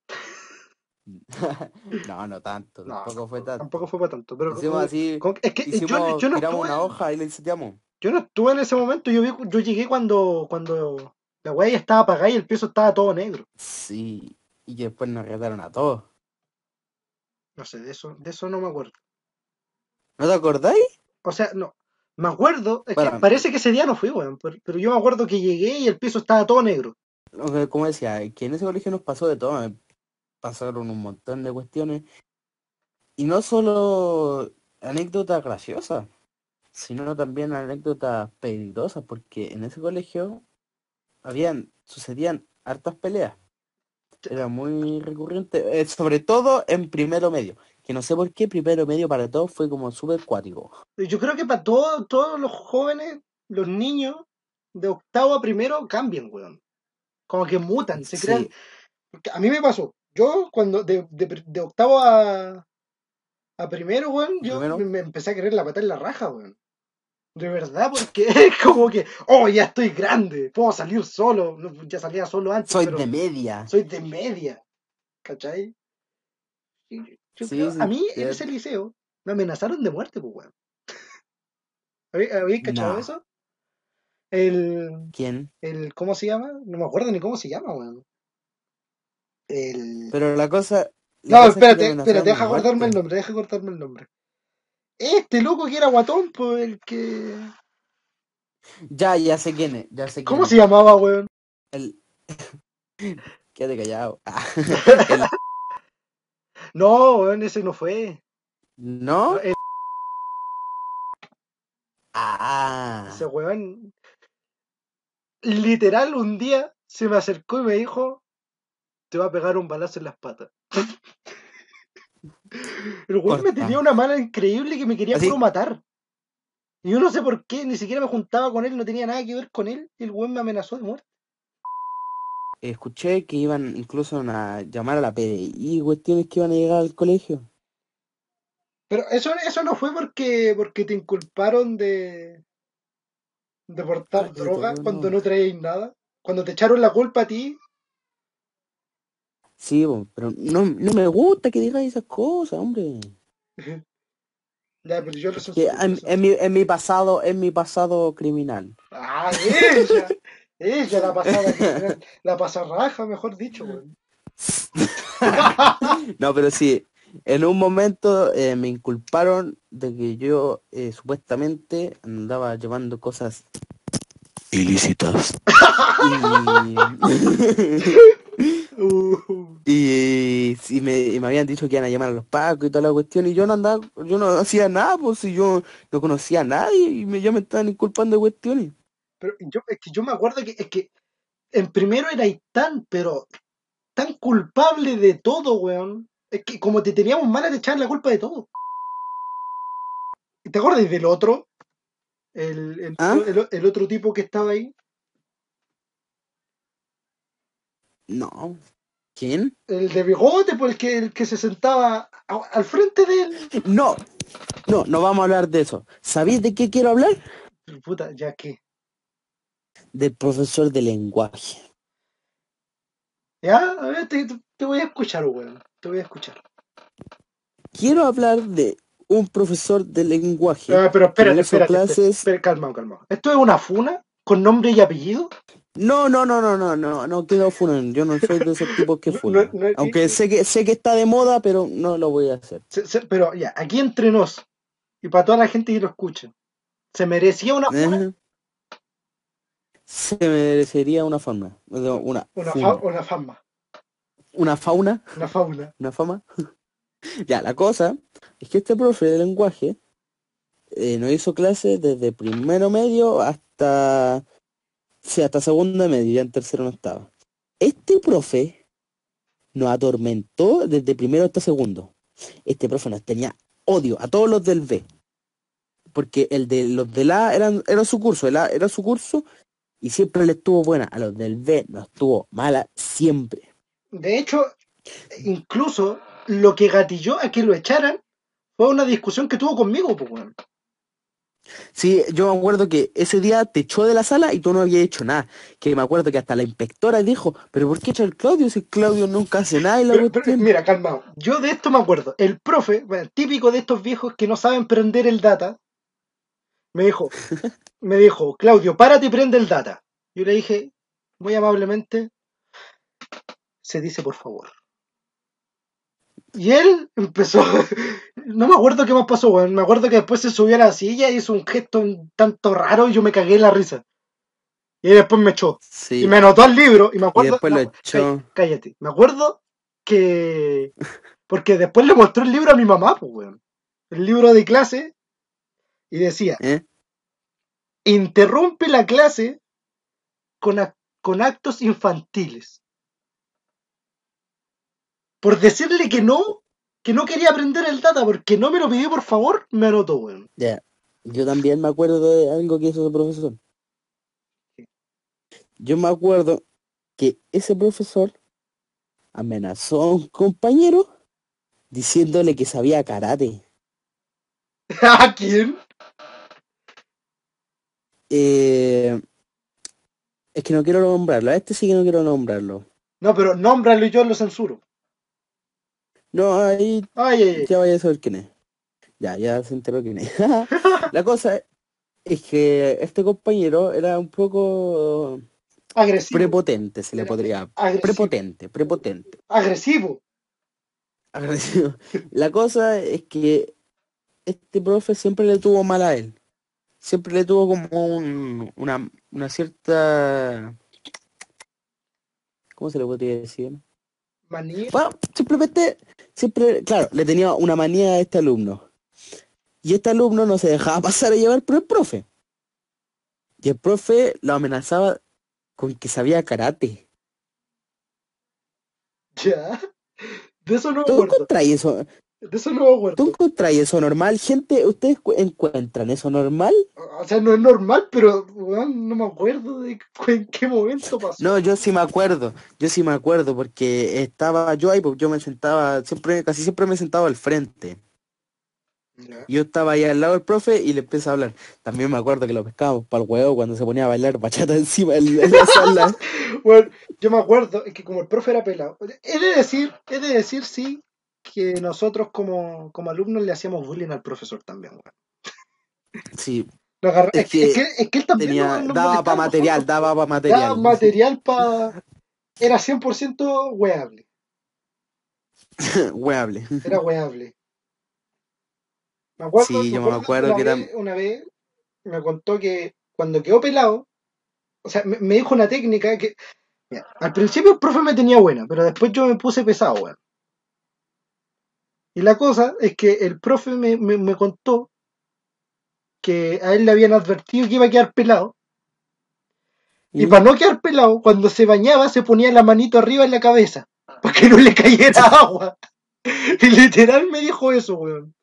no, no tanto. No, tampoco fue tanto. Tampoco fue para tanto. Pero Hicimos así. con- es que yo- yo, Hicimos, no tiramos estuve, una hoja y la incendiamos. yo no estuve en ese momento. Yo, vi, yo llegué cuando, cuando la weá ya estaba apagada y el piso estaba todo negro. Sí. Y después nos retaron a todos. No sé, de eso, de eso no me acuerdo. ¿No te acordáis? O sea, no. Me acuerdo, es que Bueno. parece que ese día no fui, weón, pero, pero yo me acuerdo que llegué y el piso estaba todo negro. lo que- como decía, que en ese colegio nos pasó de todo, eh, pasaron un montón de cuestiones. Y no solo anécdotas graciosas, sino también anécdotas peligrosas, porque en ese colegio habían, sucedían hartas peleas. Era muy recurrente, eh, sobre todo en primero medio. Que no sé por qué primero medio para todos fue como súper cuático. Yo creo que para todo- todos los jóvenes los niños de octavo a primero cambian, weón. Como que mutan, se crean. Sí. Porque a mí me pasó. Yo, cuando de, de- de octavo a, a primero, weón, yo Primero. me, me empecé a querer la pata en la raja, weón. De verdad, porque (laughs) es como que, oh, ya estoy grande, puedo salir solo. No, ya salía solo antes, Soy pero de media. soy de media. ¿Cachai? Y yo- yo Sí, creo- sí, a mí en ya. ese liceo me amenazaron de muerte, pues, weón. (laughs) ¿Habéis habéis cachado Nah. eso? El, ¿Quién? el, ¿cómo se llama? No me acuerdo ni cómo se llama, weón. El... Pero la cosa. la No, cosa es que te espérate, amenazaron espérate, de deja acordarme el muerte. nombre, deja acordarme el nombre. Este loco que era guatón, pues el que... Ya, ya sé quién es. Ya sé quién ¿Cómo es. se llamaba, weón? El... Quédate callado. Ah, No, weón, ese no fue. ¿No? No, el- Ah. Ese weón... Literal, un día se me acercó y me dijo, te va a pegar un balazo en las patas. (laughs) El weón me Corta. tenía una mala increíble que me quería Así- puro matar. Y yo no sé por qué, ni siquiera me juntaba con él, no tenía nada que ver con él. Y el weón me amenazó de muerte. Escuché que iban incluso a llamar a la PDI, cuestiones que iban a llegar al colegio. Pero eso, eso no fue porque, porque te inculparon de, de portar Cállate, droga weón, cuando no. no traíais nada. Cuando te echaron la culpa a ti. Sí, bo, pero no, no me gusta que digan esas cosas, hombre. Ya, pero yo lo Que censuré, en, lo en mi, en mi pasado, en mi pasado criminal. censuré. Ah, ella. Ella la pasada criminal, La pasarraja, mejor dicho, weón. No, pero sí, en un momento eh, me inculparon de que yo eh, supuestamente andaba llevando cosas (laughs) ilícitas. Uh, Y, y, sí, me, y me habían dicho que iban a llamar a los pacos y toda la cuestión y yo no andaba, yo no hacía nada, pues si yo no conocía a nadie y me, ya me estaban inculpando de cuestiones. pero yo, es que yo me acuerdo que, es que en primero erais tan, pero tan culpable de todo, weón. Es que como te teníamos mala, te echaban la culpa de todo. ¿Te acuerdas del otro? El, el, ¿Ah? el- el otro tipo que estaba ahí. No. ¿Quién? El de bigote, pues el que, el que se sentaba a- al frente de él. No, no, no vamos a hablar de eso. ¿Sabéis de qué quiero hablar? Pero, Puta, ya que. Del profesor de lenguaje. Ya, a ver, te, te- te voy a escuchar, weón. Te voy a escuchar. Quiero hablar de un profesor de lenguaje. Ah, pero que espérate, espérate. hizo espérate, clases. espérate, calmado, calmado. ¿Esto es una funa con nombre y apellido? No, no, no, no, no, no, no quiero funan. Yo no soy de esos tipos (laughs) que No, no, funan. no, Aunque y- sé que sé que está de moda, pero no lo voy a hacer. Se- se- pero ya, aquí entre nos. Y para toda la gente que lo escuche. ¿Se merecía una funa? Ajá. Se merecería una fauna. No, Una, Una, funa. fa- una fama. una fauna, Una fauna. una fama. (laughs) ya, la cosa es que este profe de lenguaje eh, no hizo clases desde primero medio hasta. Sí, hasta segundo medio, ya en tercero no estaba. Este profe nos atormentó desde primero hasta segundo. Este profe nos tenía odio a todos los del B. Porque el de los del A eran, era su curso, el A era su curso y siempre le estuvo buena. A los del B nos estuvo mala siempre. De hecho, incluso lo que gatilló a que lo echaran fue una discusión que tuvo conmigo, pues, weón. Sí, yo me acuerdo que ese día te echó de la sala y tú no habías hecho nada. Que me acuerdo que hasta la inspectora dijo, pero ¿por qué echa el Claudio si Claudio nunca hace nada y la Pero- pero, cuestión? mira, calmado. Yo de esto me acuerdo. El profe, bueno, típico de estos viejos que no saben prender el data, me dijo, me dijo, Claudio, párate y prende el data. Yo le dije, muy amablemente, se dice por favor. Y él empezó, (laughs) no me acuerdo qué más pasó, weón. Me acuerdo que después se subió a la silla, hizo un gesto un tanto raro y yo me cagué en la risa. Y después me echó. Sí. Y me anotó el libro y me acuerdo. después lo me acu- echó. Cállate, cállate. Me acuerdo que. Porque después le mostró el libro a mi mamá, pues, weón. El libro de clase. Y decía: ¿Eh? Interrumpe la clase con, ac- con actos infantiles. Por decirle que no, que no quería aprender el data porque no me lo pidió, por favor, me anotó, weón. (laughs) Ya. Yo también me acuerdo de algo que hizo ese profesor. Yo me acuerdo que ese profesor amenazó a un compañero diciéndole que sabía karate. ¿A quién? Eh, es que no quiero nombrarlo, a este sí que no quiero nombrarlo. No, pero nómbralo y yo lo censuro. No, ahí Ay, ay, ay. Ya vaya a saber quién es. Ya, ya se enteró quién es. (laughs) la cosa es que este compañero era un poco Agresivo. prepotente, se le Era podría. agresivo. Prepotente, prepotente. agresivo. Agresivo. La cosa es que este profe siempre le tuvo mal a él. Siempre le tuvo como un, una, una cierta... ¿Cómo se le podría decir? Manía. Bueno, simplemente, siempre, claro, le tenía una manía a este alumno. Y este alumno no se dejaba (laughs) pasar a llevar por el profe. Y el profe lo amenazaba con que sabía karate. (laughs) Ya. De eso no me ¿Tú acuerdo. encontráis eso? De eso no me ¿Tú acuerdo. encontráis eso normal? Gente, ¿ustedes cu- encuentran eso normal? O sea, no es normal, pero weón, no me acuerdo de cu- en qué momento pasó. No, yo sí me acuerdo, yo sí me acuerdo porque estaba yo ahí, porque yo me sentaba, siempre, casi siempre me sentaba al frente. Ya. Yo estaba ahí al lado del profe y le empecé a hablar. También me acuerdo que lo pescábamos para el huevo cuando se ponía a bailar bachata (laughs) encima en la- en la sala. Bueno, yo me acuerdo es que como el profe era pelado, he de decir, he de decir sí que nosotros como, como alumnos le hacíamos bullying al profesor también, weón. Sí, Lo agarra- Es es, que, es, que que, es que él también tenía, nos- nos daba molestaba para a material, nosotros, daba para po. Daba material. material para... Era 100% weable, (laughs) Hueable. (laughs) era weable. Me acuerdo, Sí, me yo me acuerdo que acuerdo una, que vez, eran... una vez me contó que cuando quedó pelado, o sea, me, me dijo una técnica que... mira, al principio el profe me tenía buena, pero después yo me puse pesado, weón. Y la cosa es que el profe me, me, me contó que a él le habían advertido que iba a quedar pelado. Y (laughs) para no quedar pelado, cuando se bañaba se ponía la manito arriba en la cabeza. Ah. Para que no le (laughs) cayera agua. Y literal me dijo eso, weón.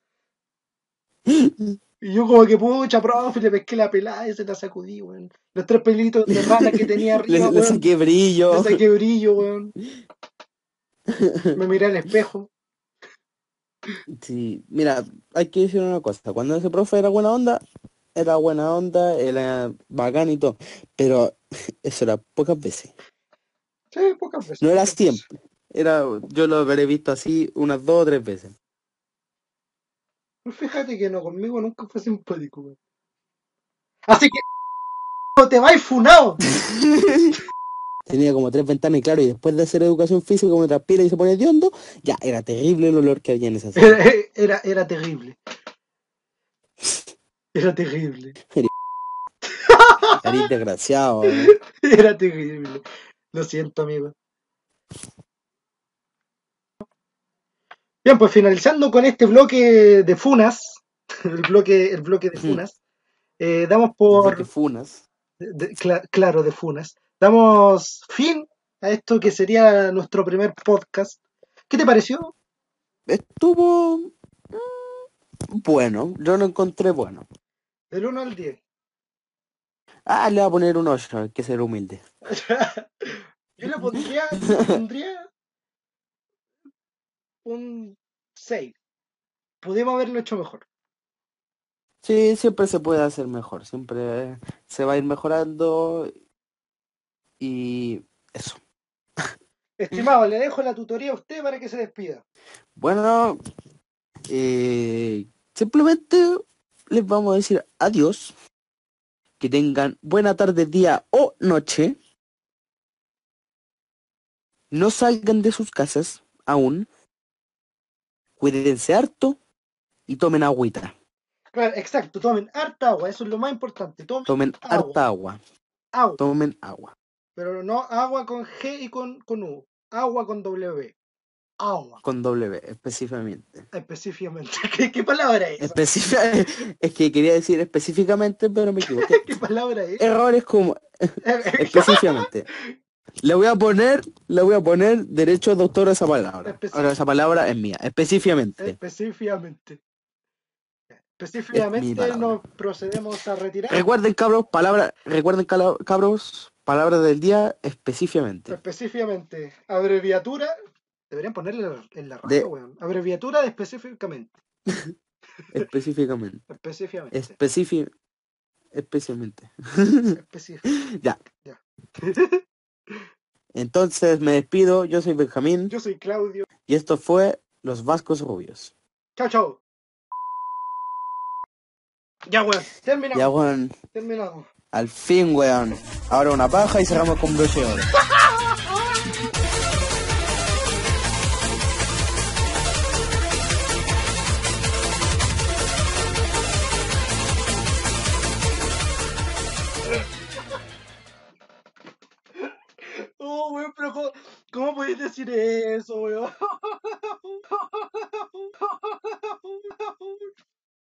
Y yo como que pucha, profe, le pesqué la pelada y se la sacudí, weón. Los tres pelitos de rana que (laughs) tenía Le, arriba, le weón. saqué brillo. Le saqué brillo, (laughs) weón. Me miré al espejo. Sí, mira, hay que decir una cosa. Cuando ese profe era buena onda, era buena onda, era bacán y todo. Pero (laughs) eso era pocas veces. Sí, pocas veces. No era pocas veces. siempre. Era, yo lo habré visto así unas dos o tres veces. Pues Fíjate que no, conmigo nunca fue simpático, weón. Así que (laughs) no te vais funado. Tenía como tres ventanas y claro, y después de hacer educación física, como transpira y se pone de hondo, ya era terrible el olor que había en esa sala. Era, era, era terrible. Era terrible. (laughs) Nariz desgraciado. ¿eh? ¿no? Era terrible. Lo siento, amigo. Bien, pues finalizando con este bloque de funas, (laughs) el bloque, el bloque de Ujú. funas, eh, damos Que por, funas. de- cla- claro, de funas, damos fin a esto que sería nuestro primer podcast. ¿Qué te pareció? Estuvo mm, bueno. Yo lo encontré bueno. Del 1 al 10. Ah, le voy a poner un 8, hay que ser humilde. (laughs) Yo le pondría, le pondría un 6. Pudimos haberlo hecho mejor. Sí, siempre se puede hacer mejor. Siempre se va a ir mejorando. Y eso. Estimado, le dejo la tutoría a usted para que se despida. Bueno, eh, simplemente les vamos a decir adiós. Que tengan buena tarde, día o noche. No salgan de sus casas aún. Cuídense harto y tomen agüita. Claro, exacto, tomen harta agua, eso es lo más importante. Tomen Tomen Agua. harta agua. agua, Tomen agua. pero no agua con G y con, con U, agua con W. Agua, Con W, específicamente. (laughs) específicamente. (laughs) ¿Qué, qué palabra es esa? Específica- es que quería decir específicamente, pero me equivoqué. ¿Qué palabra es? (laughs) Errores como específicamente. Le voy a poner, le voy a poner derecho de autor a esa palabra. Ahora esa palabra es mía, específicamente. específicamente. Específicamente palabra. nos procedemos a retirar. Recuerden, cabros, palabra, recuerden, cala- cabros, palabra del día específicamente. Específicamente, abreviatura. Deberían ponerle en la- en la radio, De- weón. Abreviatura de específicamente. Específicamente. Específicamente. Especifi especialmente. Específic- Entonces me despido, yo soy Benjamín Yo soy Claudio. y esto fue Los Vascos Rubios. Chao, chao. Ya, weón. Terminamos. Ya, weón, Terminamos. al fin, weón. Ahora una paja y cerramos con broche de oro. Oh, (laughs)